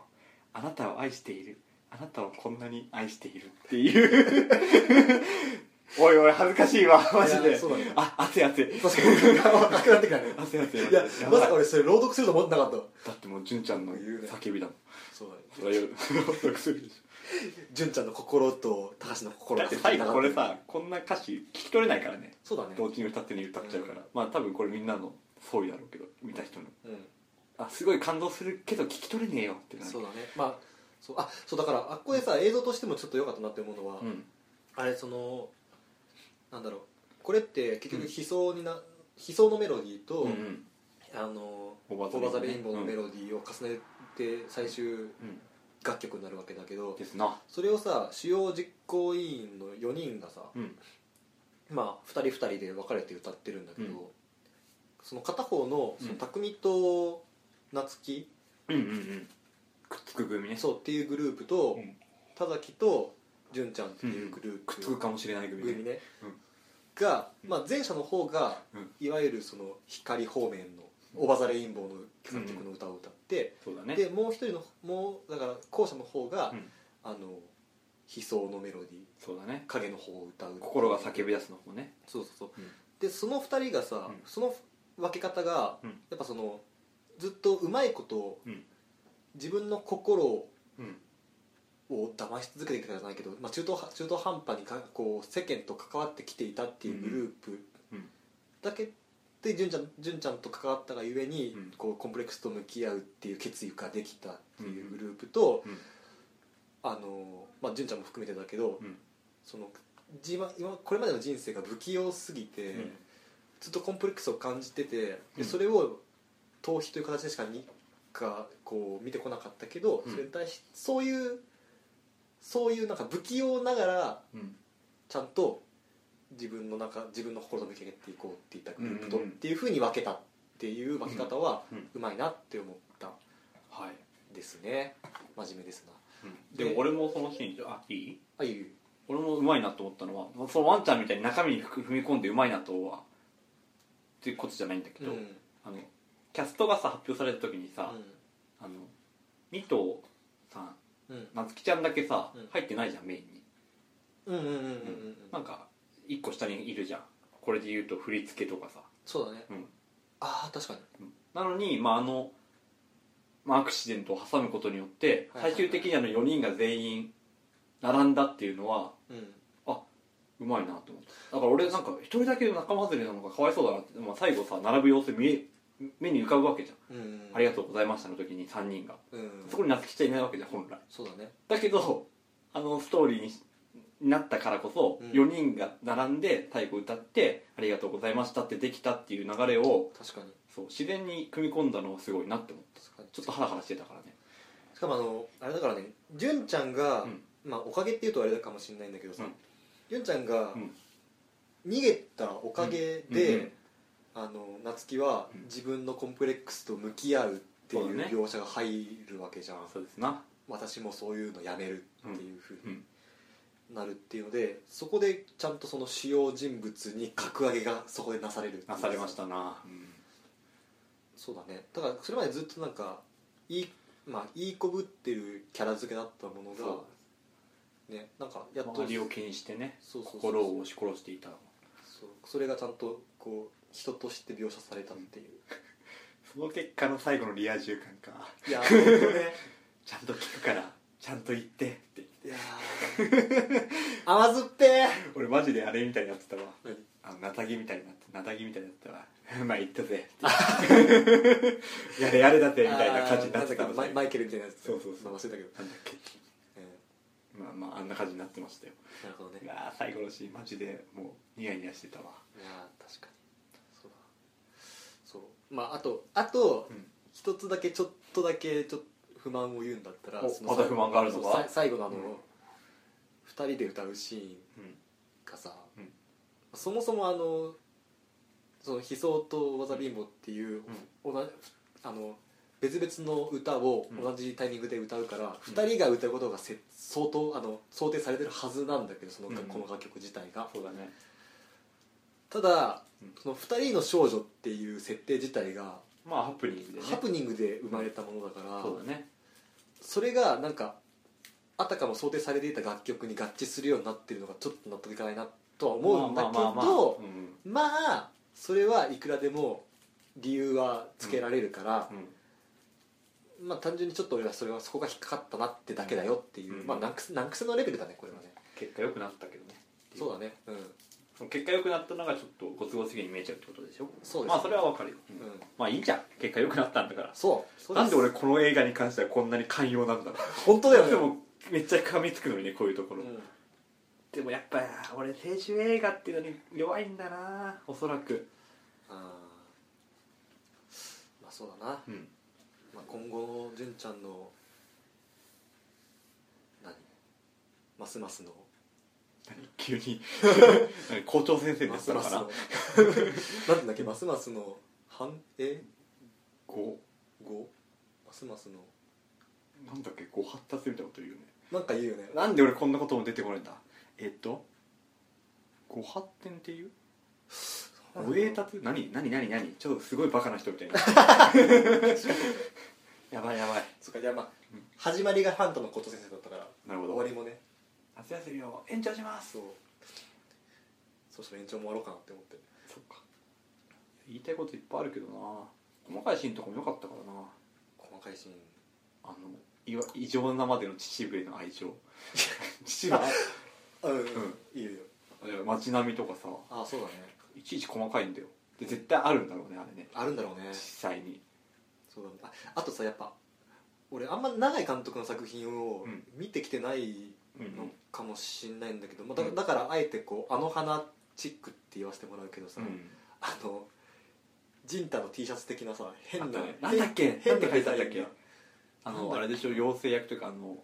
Speaker 2: あなたを愛しているあなたをこんなに愛しているっていう おいおい恥ずかしいわマジ
Speaker 1: い
Speaker 2: で
Speaker 1: やそうだね
Speaker 2: あ汗汗
Speaker 1: 確か に顔赤くなってきたね
Speaker 2: 汗汗
Speaker 1: いや
Speaker 2: やば
Speaker 1: まさか俺それ朗読すると思ってなかったわ
Speaker 2: だってもう純ちゃんの
Speaker 1: 言うね
Speaker 2: 叫びだもん
Speaker 1: そうだね
Speaker 2: それは言う するでし
Speaker 1: 純ちゃんの心と高橋の
Speaker 2: ょ
Speaker 1: 心
Speaker 2: だ
Speaker 1: が
Speaker 2: って
Speaker 1: 叫び
Speaker 2: 最
Speaker 1: た
Speaker 2: 後
Speaker 1: が
Speaker 2: こ
Speaker 1: って
Speaker 2: れ
Speaker 1: る
Speaker 2: さこんな歌詞聞き取れないからね
Speaker 1: そうだね
Speaker 2: 同時に歌ってね歌っちゃうから、まあ多分これみんなの総意だろうけど見た人の
Speaker 1: うん
Speaker 2: あすごい感動するけど聞き取れねえよってなる
Speaker 1: そうだねまあそうあそうだからあっこでさ映像としてもちょっと良かったなって思うのは、
Speaker 2: うん
Speaker 1: あれそのなんだろうこれって結局悲壮にな、悲壮のメロディーと、
Speaker 2: うんうん
Speaker 1: あの「
Speaker 2: オー
Speaker 1: オーバーザレインボー」のメ
Speaker 2: ロ
Speaker 1: ロディーを重ねて最終
Speaker 2: うん、
Speaker 1: 楽曲になるわけだけど、
Speaker 2: うん、ですな
Speaker 1: それをさ主要実行委員の4人がさ、
Speaker 2: うん
Speaker 1: まあ、2人2人で分かれて歌ってるんだけど、
Speaker 2: うん
Speaker 1: その片方の
Speaker 2: うん
Speaker 1: その匠と夏樹、
Speaker 2: うんうんうんくっつく組ね
Speaker 1: そうっていうグループと、
Speaker 2: うん
Speaker 1: 田崎と純ちゃんっていうグループ、
Speaker 2: くっつくかもしれない組ね
Speaker 1: 組ね、
Speaker 2: うん
Speaker 1: が、まあ、前者の方が、
Speaker 2: うん
Speaker 1: いわゆるその光方面の「オバザレインボー」の楽曲の歌を歌って、
Speaker 2: そうだね
Speaker 1: でもう一人のもうだから後者の方が、
Speaker 2: うん
Speaker 1: あの悲壮のメロディー
Speaker 2: そうだね
Speaker 1: 影の方を歌う
Speaker 2: 心が叫び出すのもね
Speaker 1: そうそうそう、
Speaker 2: うん
Speaker 1: でその二人がさ、
Speaker 2: うん
Speaker 1: その分け方が、
Speaker 2: うん
Speaker 1: やっぱそのずっとうまいことを、
Speaker 2: うん
Speaker 1: 自分の心を
Speaker 2: うん
Speaker 1: を騙し続けてきたじゃないけど、まあ、中途中途半端にかこう世間と関わってきていたっていうグループ
Speaker 2: うんうん
Speaker 1: だけで純ちゃん純ちゃんと関わったがゆえに、
Speaker 2: うん
Speaker 1: こうコンプレックスと向き合うっていう決意ができたっていうグループと、
Speaker 2: うんうん
Speaker 1: あのまあ、純ちゃんも含めてだけど、
Speaker 2: うん
Speaker 1: その自分今これまでの人生が不器用すぎて、
Speaker 2: うん
Speaker 1: ずっとコンプレックスを感じてて、
Speaker 2: うん
Speaker 1: でそれを逃避という形でしかにかこう見てこなかったけど、
Speaker 2: うん
Speaker 1: それに対しそういうそういうなんか不器用ながら
Speaker 2: うん
Speaker 1: ちゃんと自分の中自分の心と向き合っていこうっていったグループと、
Speaker 2: うんうんうん
Speaker 1: っていうふうに分けたっていう分け方は
Speaker 2: うん
Speaker 1: うまいなって思った
Speaker 2: はい、
Speaker 1: ですね真面目ですな
Speaker 2: でも俺もそのシーンあいい
Speaker 1: あいう
Speaker 2: 俺もうまいなと思ったのはそのワンちゃんみたいに中身にふ踏み込んでうまいなとはっていうことじゃないんだけ
Speaker 1: う
Speaker 2: ど、
Speaker 1: ん
Speaker 2: あのキャストがさ発表された時にさ、
Speaker 1: う
Speaker 2: あのミトさん
Speaker 1: ん
Speaker 2: 夏希ちゃんだけさ、
Speaker 1: うん
Speaker 2: 入ってないじゃんメインに
Speaker 1: うんうんうんうんうんうんう
Speaker 2: なんんか一個下にいるじゃんこれで言うと振り付けとかさ、
Speaker 1: そうだね
Speaker 2: うん
Speaker 1: ああ確かに
Speaker 2: なのに、まあ、あの、まあ、アクシデントを挟むことによって
Speaker 1: はいはいはい
Speaker 2: 最終的にあの4人が全員並んだっていうのは
Speaker 1: うん
Speaker 2: うまいなと思っただから俺なんか一人だけ仲間外れなのがかわいそうだなって、まあ、最後さ並ぶ様子見え目に浮かぶわけじゃん、
Speaker 1: うん
Speaker 2: ありがとうございましたの時に3人が
Speaker 1: うん
Speaker 2: そこに夏希ちゃんいないわけじゃん本来
Speaker 1: そうだね
Speaker 2: だけどあのストーリーにしになったからこそ、
Speaker 1: うん
Speaker 2: 4人が並んで太鼓歌って「ありがとうございました」ってできたっていう流れを
Speaker 1: 確かに
Speaker 2: そう自然に組み込んだのはすごいなって思った
Speaker 1: 確かに
Speaker 2: ちょっとハラハラしてたからね
Speaker 1: しかもあのあれだからね純ちゃんが、
Speaker 2: うん
Speaker 1: まあおかげっていうとあれかもしれないんだけどさ
Speaker 2: うん
Speaker 1: 純、ちゃんが
Speaker 2: うん
Speaker 1: 逃げたおかげで、
Speaker 2: うんうん
Speaker 1: あの夏希は
Speaker 2: うん
Speaker 1: 自分のコンプレックスと向き合うってい
Speaker 2: そうだ
Speaker 1: う
Speaker 2: ね
Speaker 1: 描写が入るわけじゃん、
Speaker 2: そうですな
Speaker 1: 私もそういうのやめるっていうふう
Speaker 2: うん
Speaker 1: になるっていうのでそこでちゃんとその主要人物に格上げがそこでなされるってい
Speaker 2: な
Speaker 1: う
Speaker 2: されましたな、
Speaker 1: そうだねだからそれまでずっとなんかいい,、まあ、いいこぶってるキャラ付けだったもの
Speaker 2: そ
Speaker 1: がねなんかやっと
Speaker 2: 周りを気にしてね
Speaker 1: そうそうそう
Speaker 2: 心を押し殺していた
Speaker 1: そうそれがちゃんとこう人として描写されたっていう、
Speaker 2: その結果の最後のリア充感か
Speaker 1: いやー本当ね
Speaker 2: ちゃんと聞くからちゃんと言ってって
Speaker 1: いやー 甘酸っぱい
Speaker 2: 俺マジであれみたいになってたわ
Speaker 1: 何
Speaker 2: あのナタギみたいになってナタギみたいになってたわ まあ言ったぜって やれやれだぜみたいな感じになってた
Speaker 1: あーんだっけ
Speaker 2: わ
Speaker 1: マイ
Speaker 2: 最後
Speaker 1: マイケルみたいなやつ
Speaker 2: そうそうそう
Speaker 1: まあ忘れたけど、
Speaker 2: なんだっけ
Speaker 1: え
Speaker 2: まあまああんな感じになってましたよ
Speaker 1: ーなるほどね
Speaker 2: う
Speaker 1: いや
Speaker 2: わー最後のシーンマジでもうニヤニヤしてたわ
Speaker 1: ー確かにそうだそうまああとあと、
Speaker 2: うん
Speaker 1: 一つだけちょっとだけちょっと不満を言うんだったら
Speaker 2: お
Speaker 1: その
Speaker 2: また不満があるのか
Speaker 1: そうさ最後のあの、
Speaker 2: うん
Speaker 1: 二人で歌うシーン
Speaker 2: うん
Speaker 1: がさ、
Speaker 2: うん
Speaker 1: そもそもあのその「悲壮」と「わざ貧乏」っていう、同じあの別々の歌を
Speaker 2: うん
Speaker 1: 同じタイミングで歌うから、
Speaker 2: うん
Speaker 1: 二人が歌うことがせ相当あの想定されてるはずなんだけどその、
Speaker 2: うん
Speaker 1: この楽曲自体が
Speaker 2: そうだね
Speaker 1: ただ、
Speaker 2: うん
Speaker 1: その二人の少女っていう設定自体が、
Speaker 2: まあハプニングでね
Speaker 1: ハプニングで生まれたものだから、
Speaker 2: そうだね
Speaker 1: それがなんかあたかも想定されていた楽曲に合致するようになってるのがちょっと納得いかないなとは思うんだけ
Speaker 2: まあまあまあまあ
Speaker 1: どまあそれはいくらでも理由はつけられるから
Speaker 2: う、んうん
Speaker 1: まあ単純にちょっと俺はそれはそこが引っかかったなってだけだよっていう、
Speaker 2: うん
Speaker 1: まあ難癖難癖のレベルだねこれはね、
Speaker 2: 結果良くなったけどね
Speaker 1: そうだねうん、
Speaker 2: その結果良くなったのがちょっとご都合主義に見えちゃうってことでしょ
Speaker 1: そうです
Speaker 2: まあそれはわかるよ、
Speaker 1: うん、
Speaker 2: まあいいじゃん結果良くなったんだから
Speaker 1: そうそう
Speaker 2: なんで俺この映画に関してはこんなに寛容なんだろう
Speaker 1: 本当だよね
Speaker 2: でもめっちゃ噛みつくのにねこういうとこ
Speaker 1: う
Speaker 2: ろ、
Speaker 1: ん
Speaker 2: でもやっぱ俺青春映画っていうのに弱いんだなおそらく
Speaker 1: あーまあそうだな、
Speaker 2: うん
Speaker 1: まあ、今後の純ちゃんの何ますますの
Speaker 2: 何急 に何校長先生に な
Speaker 1: ま
Speaker 2: っ
Speaker 1: す
Speaker 2: た
Speaker 1: ま
Speaker 2: のか
Speaker 1: す
Speaker 2: な
Speaker 1: の なんてだっけますますの半え
Speaker 2: こ
Speaker 1: 五ますますの
Speaker 2: うなんだっけこう発達みたいなこと言うよね
Speaker 1: なんか言うよね
Speaker 2: なんで俺こんなことも出てこないんだえっとご発展っていうお栄達何何何何ちょっとすごいバカな人みたいな やばいやばい
Speaker 1: そうかじゃあまあ
Speaker 2: うん
Speaker 1: 始まりがファントのこと先生だったから
Speaker 2: なるほ
Speaker 1: 終
Speaker 2: ど
Speaker 1: わりもね
Speaker 2: 夏休みを延長します
Speaker 1: そうそしたら延長も終わろうかなって思って
Speaker 2: そっか言いたいこといっぱいあるけどな細かいシーンとかも良かったからな
Speaker 1: 細かいシーン
Speaker 2: あのいわ異常なまでの秩父への愛 情秩父
Speaker 1: うんうん
Speaker 2: うん
Speaker 1: いいよいいよ
Speaker 2: 街並みとかさ
Speaker 1: ああそうだね
Speaker 2: いちいち細かいんだよで絶対あるんだろうねあれね
Speaker 1: あるんだろうね
Speaker 2: 実際に
Speaker 1: そうだねああとさやっぱ俺あんま永井監督の作品を
Speaker 2: うん
Speaker 1: 見てきてない
Speaker 2: うんう
Speaker 1: の
Speaker 2: ん
Speaker 1: かもしんないんだけど、まあ、だ
Speaker 2: うん
Speaker 1: だからあえてこう「あの花チック」って言わせてもらうけどさ、あのジンタの T シャツ的なさ変な
Speaker 2: あとねなんだっけ
Speaker 1: 変
Speaker 2: なんて
Speaker 1: な
Speaker 2: 書
Speaker 1: デ
Speaker 2: いて
Speaker 1: ザ
Speaker 2: あったっ
Speaker 1: イン
Speaker 2: け
Speaker 1: が
Speaker 2: あ
Speaker 1: なん
Speaker 2: の
Speaker 1: だ
Speaker 2: あれでしょ妖精役というかあの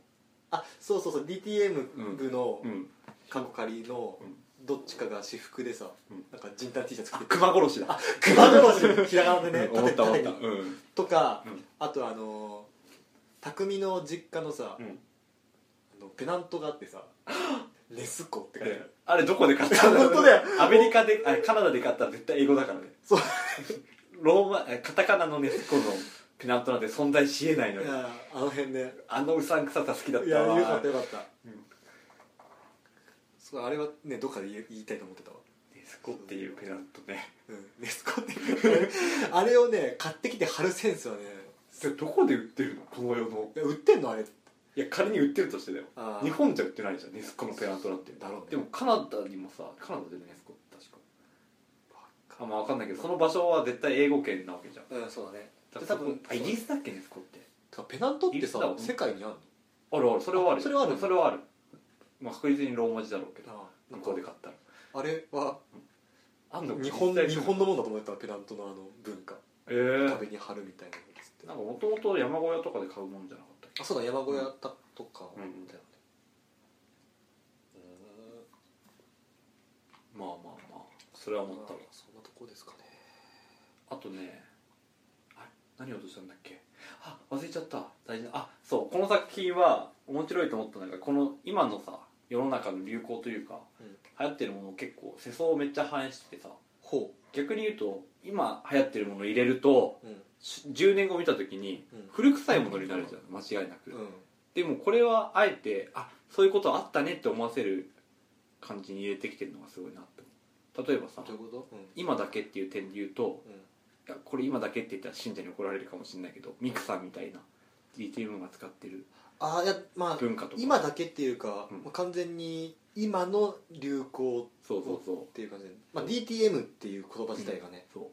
Speaker 1: あそうそうそう DTM 部の
Speaker 2: うん
Speaker 1: 過去仮のどっちかが私服でさ、
Speaker 2: うん
Speaker 1: なんか人体 T シャツ着て
Speaker 2: 熊殺しだ
Speaker 1: あ熊殺しひらがなでね
Speaker 2: うん 思った思った
Speaker 1: 縦に
Speaker 2: うん
Speaker 1: とか、
Speaker 2: うん
Speaker 1: あとあのー匠の実家のさ、
Speaker 2: うん
Speaker 1: あのペナントがあ ってさ「ネスコ」って書いてある
Speaker 2: あれどこで買ったんだろう
Speaker 1: 本当だよ
Speaker 2: アメリカであれカナダで買ったら絶対英語だからね
Speaker 1: そう
Speaker 2: ローマえカタカナのネスコのペナントなんて存在しえないの
Speaker 1: い
Speaker 2: よ
Speaker 1: やあの辺ね
Speaker 2: あのうさんくささ好きだっ
Speaker 1: い
Speaker 2: た
Speaker 1: や
Speaker 2: わ
Speaker 1: よかったよかった、
Speaker 2: うん
Speaker 1: そうあれはねどっかで言い言いたいと思ってたわ
Speaker 2: ネスコっていうペナントね
Speaker 1: うんネスコっていうあれをね買ってきて貼るセンスはね
Speaker 2: それどこで売ってるのこの世の
Speaker 1: いや売ってんのあれ
Speaker 2: いや仮に売ってるとしてだよ
Speaker 1: あー
Speaker 2: 日本じゃ売ってないじゃんネスコのペナントなんて
Speaker 1: だろうね
Speaker 2: でもカナダにもさカナダでネスコ確かあまあ分かんないけどその場所は絶対英語圏なわけじゃん
Speaker 1: うんそうだねで
Speaker 2: で
Speaker 1: 多
Speaker 2: 多
Speaker 1: 分
Speaker 2: 分あイギリスだっけネスコって
Speaker 1: てかペナントって
Speaker 2: いつだ
Speaker 1: さ
Speaker 2: ろう
Speaker 1: 世界にあるの
Speaker 2: あるあるそれはあるよ
Speaker 1: それはある
Speaker 2: それはあるまあ確実にローマ字だろうけど
Speaker 1: あ
Speaker 2: 向こうで買ったら
Speaker 1: あれは
Speaker 2: あんの
Speaker 1: 日本日本の
Speaker 2: の
Speaker 1: もんだと思ってたペナントのあの文化
Speaker 2: えー、なんか
Speaker 1: 壁に貼るみたいなのっつって
Speaker 2: もともと山小屋とかで買うもんじゃなかったっけ
Speaker 1: あそうだ山小屋たとか
Speaker 2: うんうん
Speaker 1: だよねうん
Speaker 2: まあまあまあそれは思ったわ
Speaker 1: まあそんなとこですかね
Speaker 2: あとねあれ何を落としたんだっけあ忘れちゃった大事なあそうこの作品は面白いと思ったのがこの今のさ世の中の流行というか、
Speaker 1: うん
Speaker 2: 流行ってるものを結構世相をめっちゃ反映しててさ
Speaker 1: ほ
Speaker 2: 逆に言うと今流行ってるものを入れると
Speaker 1: ううん
Speaker 2: し10年後見た時に
Speaker 1: うん
Speaker 2: 古臭いものになるじゃん間違いなく、
Speaker 1: うん
Speaker 2: でもこれはあえてあそういうことあったねって思わせる感じに入れてきてるのがすごいなって思う例えばさ
Speaker 1: どういうことうん
Speaker 2: 今だけっていう点で言うと
Speaker 1: うん
Speaker 2: いやこれ今だけって言ったら信者に怒られるかもしれないけどミクさんみたいな DTM が使ってる
Speaker 1: あいやまあ
Speaker 2: 文化とか
Speaker 1: 今だけっていうか、
Speaker 2: うん
Speaker 1: まあ完全に今の流行
Speaker 2: そうそうそう
Speaker 1: っていう感じで、まあ、DTM っていう言葉自体がね、
Speaker 2: そう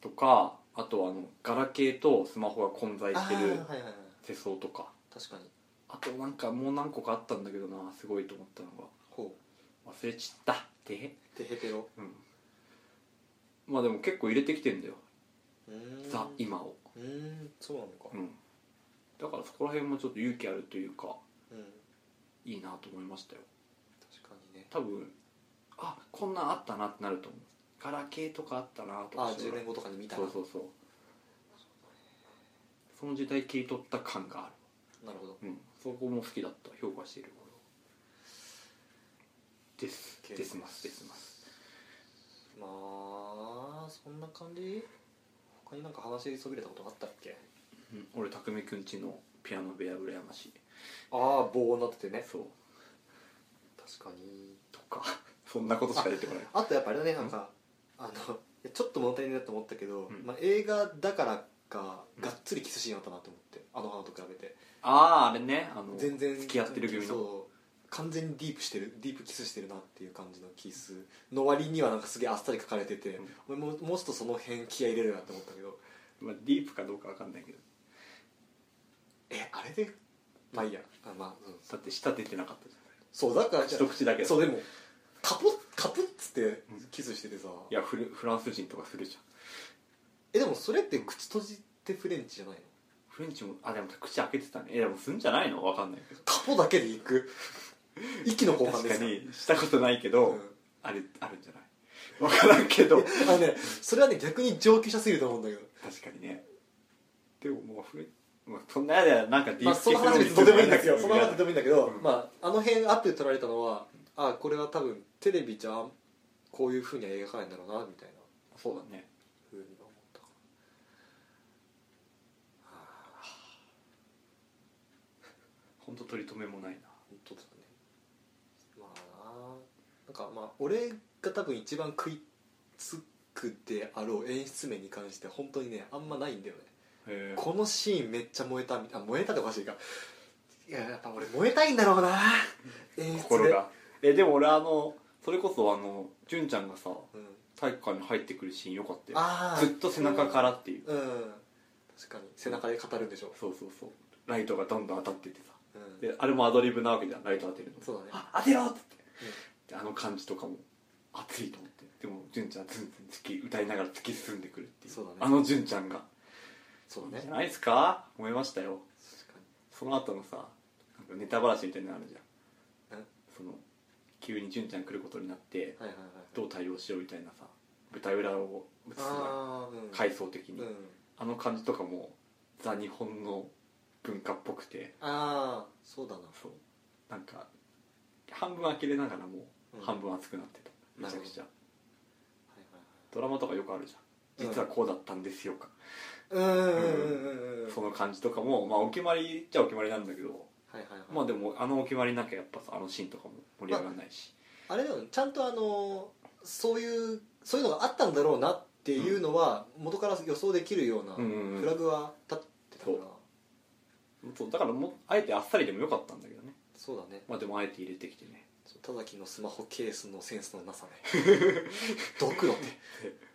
Speaker 2: とかあとはあのガラケーとスマホが混在
Speaker 1: あ
Speaker 2: し
Speaker 1: あ
Speaker 2: て
Speaker 1: ーはい
Speaker 2: る
Speaker 1: はいはい
Speaker 2: 世相とか
Speaker 1: 確かに
Speaker 2: あとなんかもう何個かあったんだけどなすごいと思ったの
Speaker 1: ほ
Speaker 2: が忘れちったってへ
Speaker 1: うテヘペロ
Speaker 2: うんまあでも結構入れてきてんだよ
Speaker 1: うーん
Speaker 2: ザ今を
Speaker 1: うーんそうなのか
Speaker 2: うんだからそこら辺もちょっと勇気あるというか
Speaker 1: うん
Speaker 2: いいなと思いましたよ
Speaker 1: 確かにね
Speaker 2: 多分あこんなんあったなってなると思うガラケーとかあったなとか
Speaker 1: ああ10年後とかに見たら
Speaker 2: そうそうそうその時代切り取った感があ
Speaker 1: なるほど
Speaker 2: るうんそこも好きだった評価しているです
Speaker 1: です
Speaker 2: ですますですます
Speaker 1: まあそんな感じ他になんか話しそびれたことあったっけ
Speaker 2: うん俺匠くんちのピアノ部屋羨ましい
Speaker 1: ああ棒になっててね
Speaker 2: そう
Speaker 1: 確か に
Speaker 2: とかそんなことしか出てこない
Speaker 1: あとやっぱあれだねなんかあのいやちょっと物足りないなと思ったけど、
Speaker 2: うん
Speaker 1: まあ、映画だからか
Speaker 2: うん
Speaker 1: がっつりキスシーンあったなと思ってあの花と比べて
Speaker 2: あああれねあの
Speaker 1: 全然
Speaker 2: 付き合ってる組の
Speaker 1: そう完全にディープしてるディープキスしてるなっていう感じのキスの割にはなんかすげえあっさり書かれてて、もうもうちょっとその辺気合い入れるなって思ったけど
Speaker 2: まあ、ディープかどうかわかんないけど
Speaker 1: えあれでまあいいやあまあ、うん
Speaker 2: だって舌出てなかったじ
Speaker 1: そうだか
Speaker 2: ゃ
Speaker 1: ら
Speaker 2: ん一口だけだ
Speaker 1: そうでもカポッカプッつってキスしててさ、
Speaker 2: いやフルフランス人とかするじゃん
Speaker 1: えでもそれって口閉じてフレンチじゃないの
Speaker 2: フレンチもあでも口開けてたねえでもすんじゃないのわかんないけど
Speaker 1: カポだけで行 く息の交換で
Speaker 2: 確か
Speaker 1: すか
Speaker 2: にしたことないけど、
Speaker 1: うん
Speaker 2: あれあるんじゃないわからんけど確
Speaker 1: あのねそれはね逆に上級者すぎると思うんだけど
Speaker 2: かにねでももうフレンまあ、そんなやだよなんかディ
Speaker 1: まあその話別にどうでもいいんだけどその話はどうでもいいんだけど、
Speaker 2: うん
Speaker 1: まああの辺アップで撮られたのはあこれは多分テレビじゃんこういうふうには描かないんだろうなみたいな
Speaker 2: そうだね
Speaker 1: ふうに思ったかなはあ
Speaker 2: 本当取り留めもないな
Speaker 1: 本当だねまあなんかまあ俺が多分一番食いつくであろう演出面に関して本当にねあんまないんだよね
Speaker 2: へえ
Speaker 1: このシーンめっちゃ燃えたみたいな燃えたっておかしいかいややっぱ俺燃えたいんだろうな演出で
Speaker 2: 心がえでも俺あのそれこそあの純ちゃんがさ
Speaker 1: うん、
Speaker 2: 体育館に入ってくるシーンよかったよ
Speaker 1: ああ
Speaker 2: ずっと背中からっていう
Speaker 1: うん確かに背中で語るんでしょ、
Speaker 2: そうそうそうライトがどんどん当たっててさ
Speaker 1: うん、
Speaker 2: であれもアドリブなわけじゃんライト当てるの
Speaker 1: そうだね
Speaker 2: あ当てろっつって、であの感じとかも熱いと思ってでも純ちゃんはずんずん突き歌いながら突き進んでくるっていう
Speaker 1: そうだね
Speaker 2: あの純ちゃんが
Speaker 1: そう
Speaker 2: いい
Speaker 1: だ
Speaker 2: じ
Speaker 1: ね
Speaker 2: ゃないですか思いましたよ
Speaker 1: 確か
Speaker 2: その後のさなんかネタ話みたいなのあるじゃん
Speaker 1: え
Speaker 2: その急に純ちゃん来ることになって
Speaker 1: はいはいはい
Speaker 2: どう対応しようみたいなさ舞台裏を映すの
Speaker 1: ああうん
Speaker 2: 階層的に、
Speaker 1: うん
Speaker 2: あの感じとかもザ日本の文化っぽくて
Speaker 1: ああそうだな
Speaker 2: そうなんか半分呆れながらも
Speaker 1: うん
Speaker 2: 半分熱くなってた、めちゃくちゃ
Speaker 1: は
Speaker 2: ドラマとかよくあるじゃん
Speaker 1: うん
Speaker 2: 実はこうだったんですよか、
Speaker 1: いはいはいうんうんうんうんうん
Speaker 2: その感じとかもまあお決まりっちゃお決まりなんだけど、
Speaker 1: はいはいはい
Speaker 2: まあでもあのお決まりなんかやっぱさあのシーンとかも盛り上がらないし、
Speaker 1: あれだよねちゃんとあのそういうそういうのがあったんだろうなっていうのは元から予想できるような
Speaker 2: うんうんうん
Speaker 1: フラグは立ってたから、
Speaker 2: そうそうだからもうあえてあっさりでもよかったんだけどね
Speaker 1: そうだね
Speaker 2: まあでもあえて入れてきてね
Speaker 1: そう田崎のスマホケースのセンスのなさね ドクロって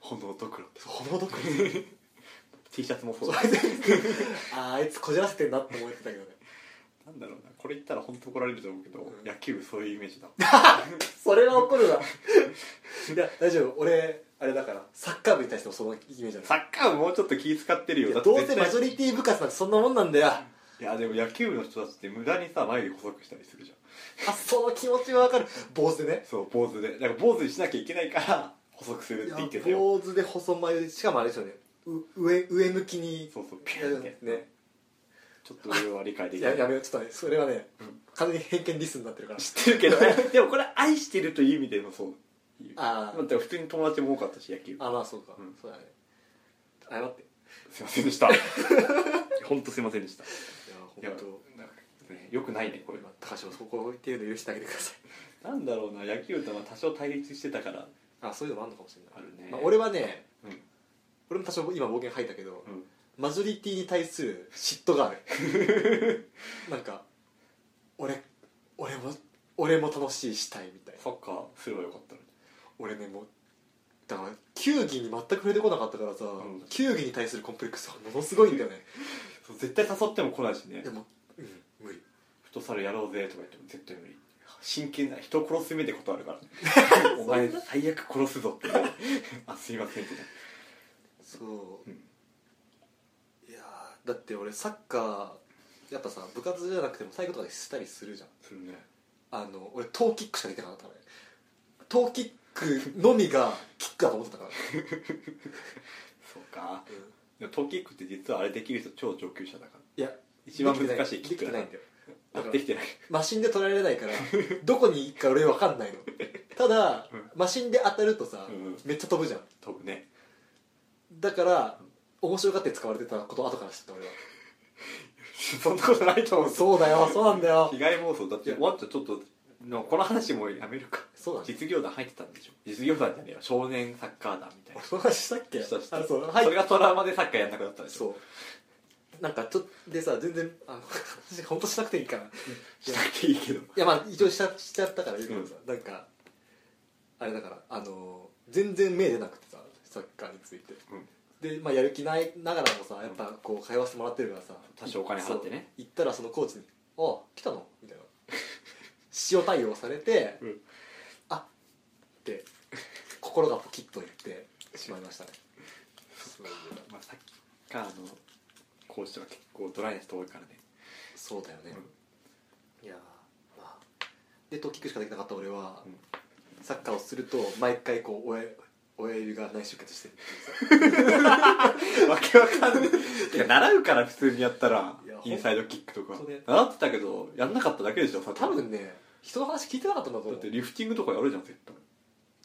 Speaker 2: 炎と黒って
Speaker 1: ほのドクロ
Speaker 2: T シャツもそ
Speaker 1: そ
Speaker 2: う
Speaker 1: う
Speaker 2: だ
Speaker 1: あーあいつこじらせてんなって思ってたけどね
Speaker 2: なんだろうなこれ言ったら本当怒られると思うけど、
Speaker 1: うん
Speaker 2: 野球部そう いうイメージだ
Speaker 1: それは怒るわいや大丈夫俺あれだからサッカー部に対してもそのイメージある
Speaker 2: サッカー部もうちょっと気使ってるよ
Speaker 1: い
Speaker 2: だ
Speaker 1: や
Speaker 2: って
Speaker 1: どう
Speaker 2: 絶
Speaker 1: せ
Speaker 2: 対
Speaker 1: マジョリティ部活なんてそんなもんなんだよ
Speaker 2: いやでも野球部の人たちって無駄にさ眉毛細くしたりするじゃ
Speaker 1: あその気持ちはわかる坊主でね
Speaker 2: んそう坊主でだから坊主にしなきゃいけないから細くするって言ってたよ
Speaker 1: 坊主で細眉でしかもあれですよねう上上向きに
Speaker 2: そうそうピュンってやつ
Speaker 1: ね
Speaker 2: ちょっと俺は理解できな
Speaker 1: や
Speaker 2: い
Speaker 1: やめようちょっとねそれはね、
Speaker 2: うん
Speaker 1: 完全に偏見リスになってるから
Speaker 2: 知ってるけどでもこれ愛してるという意味でもそう
Speaker 1: あ
Speaker 2: だって普通に友達も多かったし野球
Speaker 1: ああまあそうか、
Speaker 2: うん
Speaker 1: そうだね謝って
Speaker 2: すいませんでした 本当すいませんでした
Speaker 1: い
Speaker 2: い
Speaker 1: や
Speaker 2: や
Speaker 1: 本
Speaker 2: なんかねよくないねこ
Speaker 1: 当
Speaker 2: れ
Speaker 1: 今高橋もそこをっていうの許してあげてください
Speaker 2: なんだろうな野球とは多少対立してたから
Speaker 1: あそういうのもあるのかもしれない
Speaker 2: あるね
Speaker 1: まあ、俺はね
Speaker 2: うん、
Speaker 1: 俺も多少今暴言吐いたけど、
Speaker 2: うん、
Speaker 1: マジョリティに対する嫉妬がある なんか俺俺も俺も楽しいしたいみたいな
Speaker 2: サッカーすればよかったのに
Speaker 1: 俺ねもうだから球技に全く触れてこなかったからさ、
Speaker 2: うん
Speaker 1: 球技に対するコンプレックスはものすごいんだよ ね
Speaker 2: そう絶対誘っても来ないしね
Speaker 1: でもうん無理
Speaker 2: フットサルやろうぜとか言っても絶対無理真剣な人殺す目で断る からお前最悪殺すぞって あすいませんってね
Speaker 1: そう、
Speaker 2: うん
Speaker 1: いやーだって俺サッカーやっぱさ部活じゃなくても最後とかでしたりするじゃん
Speaker 2: するね
Speaker 1: あの俺トーキックしかできなかったからねトーキックのみ がキックだと思ってたから、
Speaker 2: そうかでもトーキックって実はあれできる人超上級者だから
Speaker 1: いや
Speaker 2: 一番難しいキ
Speaker 1: でき
Speaker 2: ッ
Speaker 1: て
Speaker 2: クだ
Speaker 1: な
Speaker 2: か
Speaker 1: いできてないんだよ
Speaker 2: らあできてない
Speaker 1: マシンで取られないからどこに行くか俺分かんないのただ、
Speaker 2: うん
Speaker 1: マシンで当たるとさ、
Speaker 2: うん
Speaker 1: めっちゃ飛ぶじゃん
Speaker 2: 飛ぶね
Speaker 1: だから面白がって使われてたこと後から知った俺は
Speaker 2: そんなことないと思う
Speaker 1: そうだよそうなんだよ
Speaker 2: 被害妄想だってワンちゃんちょっとのこの話もうやめるか
Speaker 1: そうだね
Speaker 2: 実業団入ってたんでしょ実業団じゃねえよ少年サッカー団みたいな
Speaker 1: 俺その話したっけ
Speaker 2: したした
Speaker 1: あそう
Speaker 2: それ
Speaker 1: はい
Speaker 2: がトラウマでサッカーやんなくなったでしょ
Speaker 1: そうなんかちょっとでさ全然あの話本当しなくていいかない
Speaker 2: したっていいけど
Speaker 1: やまあ一応しちゃしちゃったから言うけどさ、なんかあれだからあの全然目出なくてさサッカーについて
Speaker 2: うん
Speaker 1: で、まあ、やる気ないながらもさやっぱこう通わせてもらってるからさ
Speaker 2: 多少お金払ってね
Speaker 1: そう行ったらそのコーチに「あ来たの?」みたいな 塩対応されて「
Speaker 2: うん
Speaker 1: あっ」って心がポキッといってしまいましたねそう
Speaker 2: まあ、サッカーのコーチとか結構ドライな人多いからね、
Speaker 1: そうだよね、
Speaker 2: う
Speaker 1: いやーまあでトキックしかできなかった俺は、
Speaker 2: うん
Speaker 1: サッカーをすると毎回こう親親指が内出血してるってい
Speaker 2: ん、わけわかんないてか習うから普通にやったら
Speaker 1: いやほん
Speaker 2: インサイドキックとか
Speaker 1: そうね
Speaker 2: 習ってたけどやんなかっただけでしょさ
Speaker 1: うさ多分ね人の話聞いてなかったんだと
Speaker 2: だ
Speaker 1: 思
Speaker 2: っ
Speaker 1: う
Speaker 2: てリフティングとかやるじゃん絶対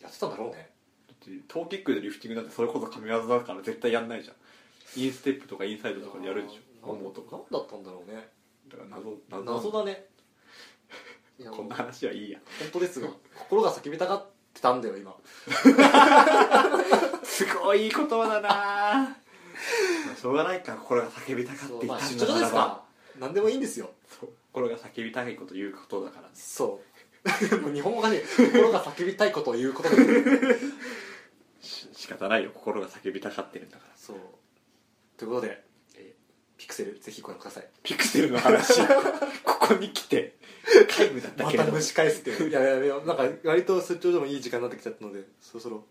Speaker 1: やってたんだろうね
Speaker 2: だってトーキックでリフティングなんてそれこそ神業だから絶対やんないじゃんインステップとかインサイドとかでやるでしょ
Speaker 1: なん
Speaker 2: 思うとか
Speaker 1: なんだったんだろうね
Speaker 2: だから謎
Speaker 1: 謎だ ねいや
Speaker 2: こん
Speaker 1: もう
Speaker 2: な話はいいや
Speaker 1: 本当ですが心が叫びたがってたんだよ今
Speaker 2: すごいいい言葉だなまあしょうがないか心が叫びたかっ
Speaker 1: そ
Speaker 2: て
Speaker 1: う
Speaker 2: 言
Speaker 1: ま
Speaker 2: っ
Speaker 1: あ
Speaker 2: たん
Speaker 1: 出
Speaker 2: だ
Speaker 1: 張
Speaker 2: な
Speaker 1: で
Speaker 2: ら
Speaker 1: す
Speaker 2: ば
Speaker 1: か何でもいいんですよ
Speaker 2: そう心が叫びたいこと言うことだから
Speaker 1: そう もう日本語がね心が叫びたいことを言うことで
Speaker 2: し仕方ないよ心が叫びたかってるんだから
Speaker 1: そうということで
Speaker 2: え
Speaker 1: ピクセルぜひご覧ください
Speaker 2: ピクセルの話ここに来て皆無だった
Speaker 1: ま
Speaker 2: けれ
Speaker 1: た
Speaker 2: ども
Speaker 1: 蒸し返すって いういやいやいやなんか割と出張でもいい時間になってきちゃったのでそろそろ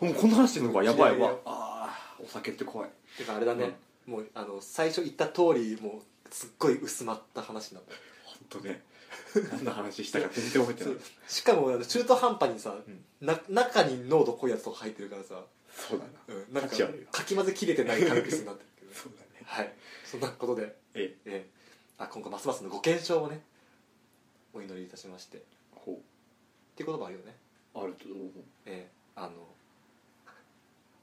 Speaker 2: もうこんな話してるのかやばい
Speaker 1: いやい
Speaker 2: わ
Speaker 1: や
Speaker 2: あーお酒って怖い
Speaker 1: てかあれだね、もうあの最初言った通りもうすっごい薄まった話になった
Speaker 2: お当ね何の話したか全然覚えてない
Speaker 1: しかもあの中途半端にさ、
Speaker 2: ん
Speaker 1: な中に濃度濃いやつとか入ってるからさ、
Speaker 2: そうだな
Speaker 1: うん、なんか
Speaker 2: 価値あるよ
Speaker 1: かき混ぜきれてないカルピスになってるけど、
Speaker 2: そうだね
Speaker 1: はいそんなことで、
Speaker 2: ええ
Speaker 1: ええあ今後ますますのご健勝をねお祈りいたしましてっ
Speaker 2: ほ
Speaker 1: ていう言葉あるよね
Speaker 2: うあると思う
Speaker 1: ええあの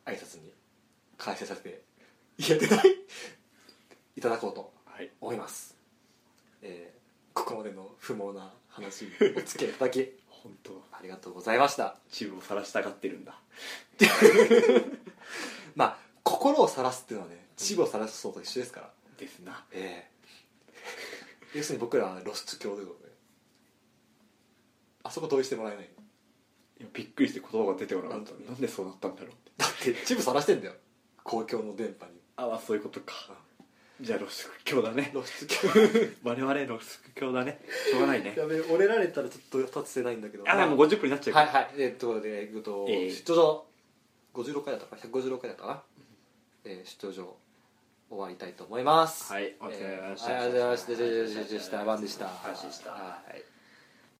Speaker 1: 挨拶に感謝させていや出ないいただこうと
Speaker 2: はい
Speaker 1: 思います、ええここまでの不毛な話お付き合いいただき
Speaker 2: 本当は
Speaker 1: ありがとうございました
Speaker 2: チブを晒したがってるんだ
Speaker 1: まあ心を晒すっていうのはね秩父を晒す層と一緒ですから
Speaker 2: ですな
Speaker 1: ええ要するに僕らは露出狂ということであそこ同意してもらえない
Speaker 2: いやびっくりして言葉が出てこなかった
Speaker 1: なんだ
Speaker 2: なんでそうなったんだろうって
Speaker 1: だって秩父晒してんだよ公共の電波に
Speaker 2: ああそういうことかじゃあ露出狂だね
Speaker 1: 露出狂
Speaker 2: 我々露出狂だねしょうがないね
Speaker 1: やべえ折れられたらちょっと達成ないんだけど
Speaker 2: あでも50分になっちゃうか
Speaker 1: は
Speaker 2: ら
Speaker 1: いはいえーということでえーと
Speaker 2: えー
Speaker 1: 出場56回だったか156回だったかな、えー出場終わりたいと思います
Speaker 2: はいお疲れ様でした
Speaker 1: えーありがとうございましたじゃじゃじゃじゃじゃじゃじゃじゃじゃじゃじゃじゃじゃじゃじゃじゃ
Speaker 2: 感謝でした
Speaker 1: はい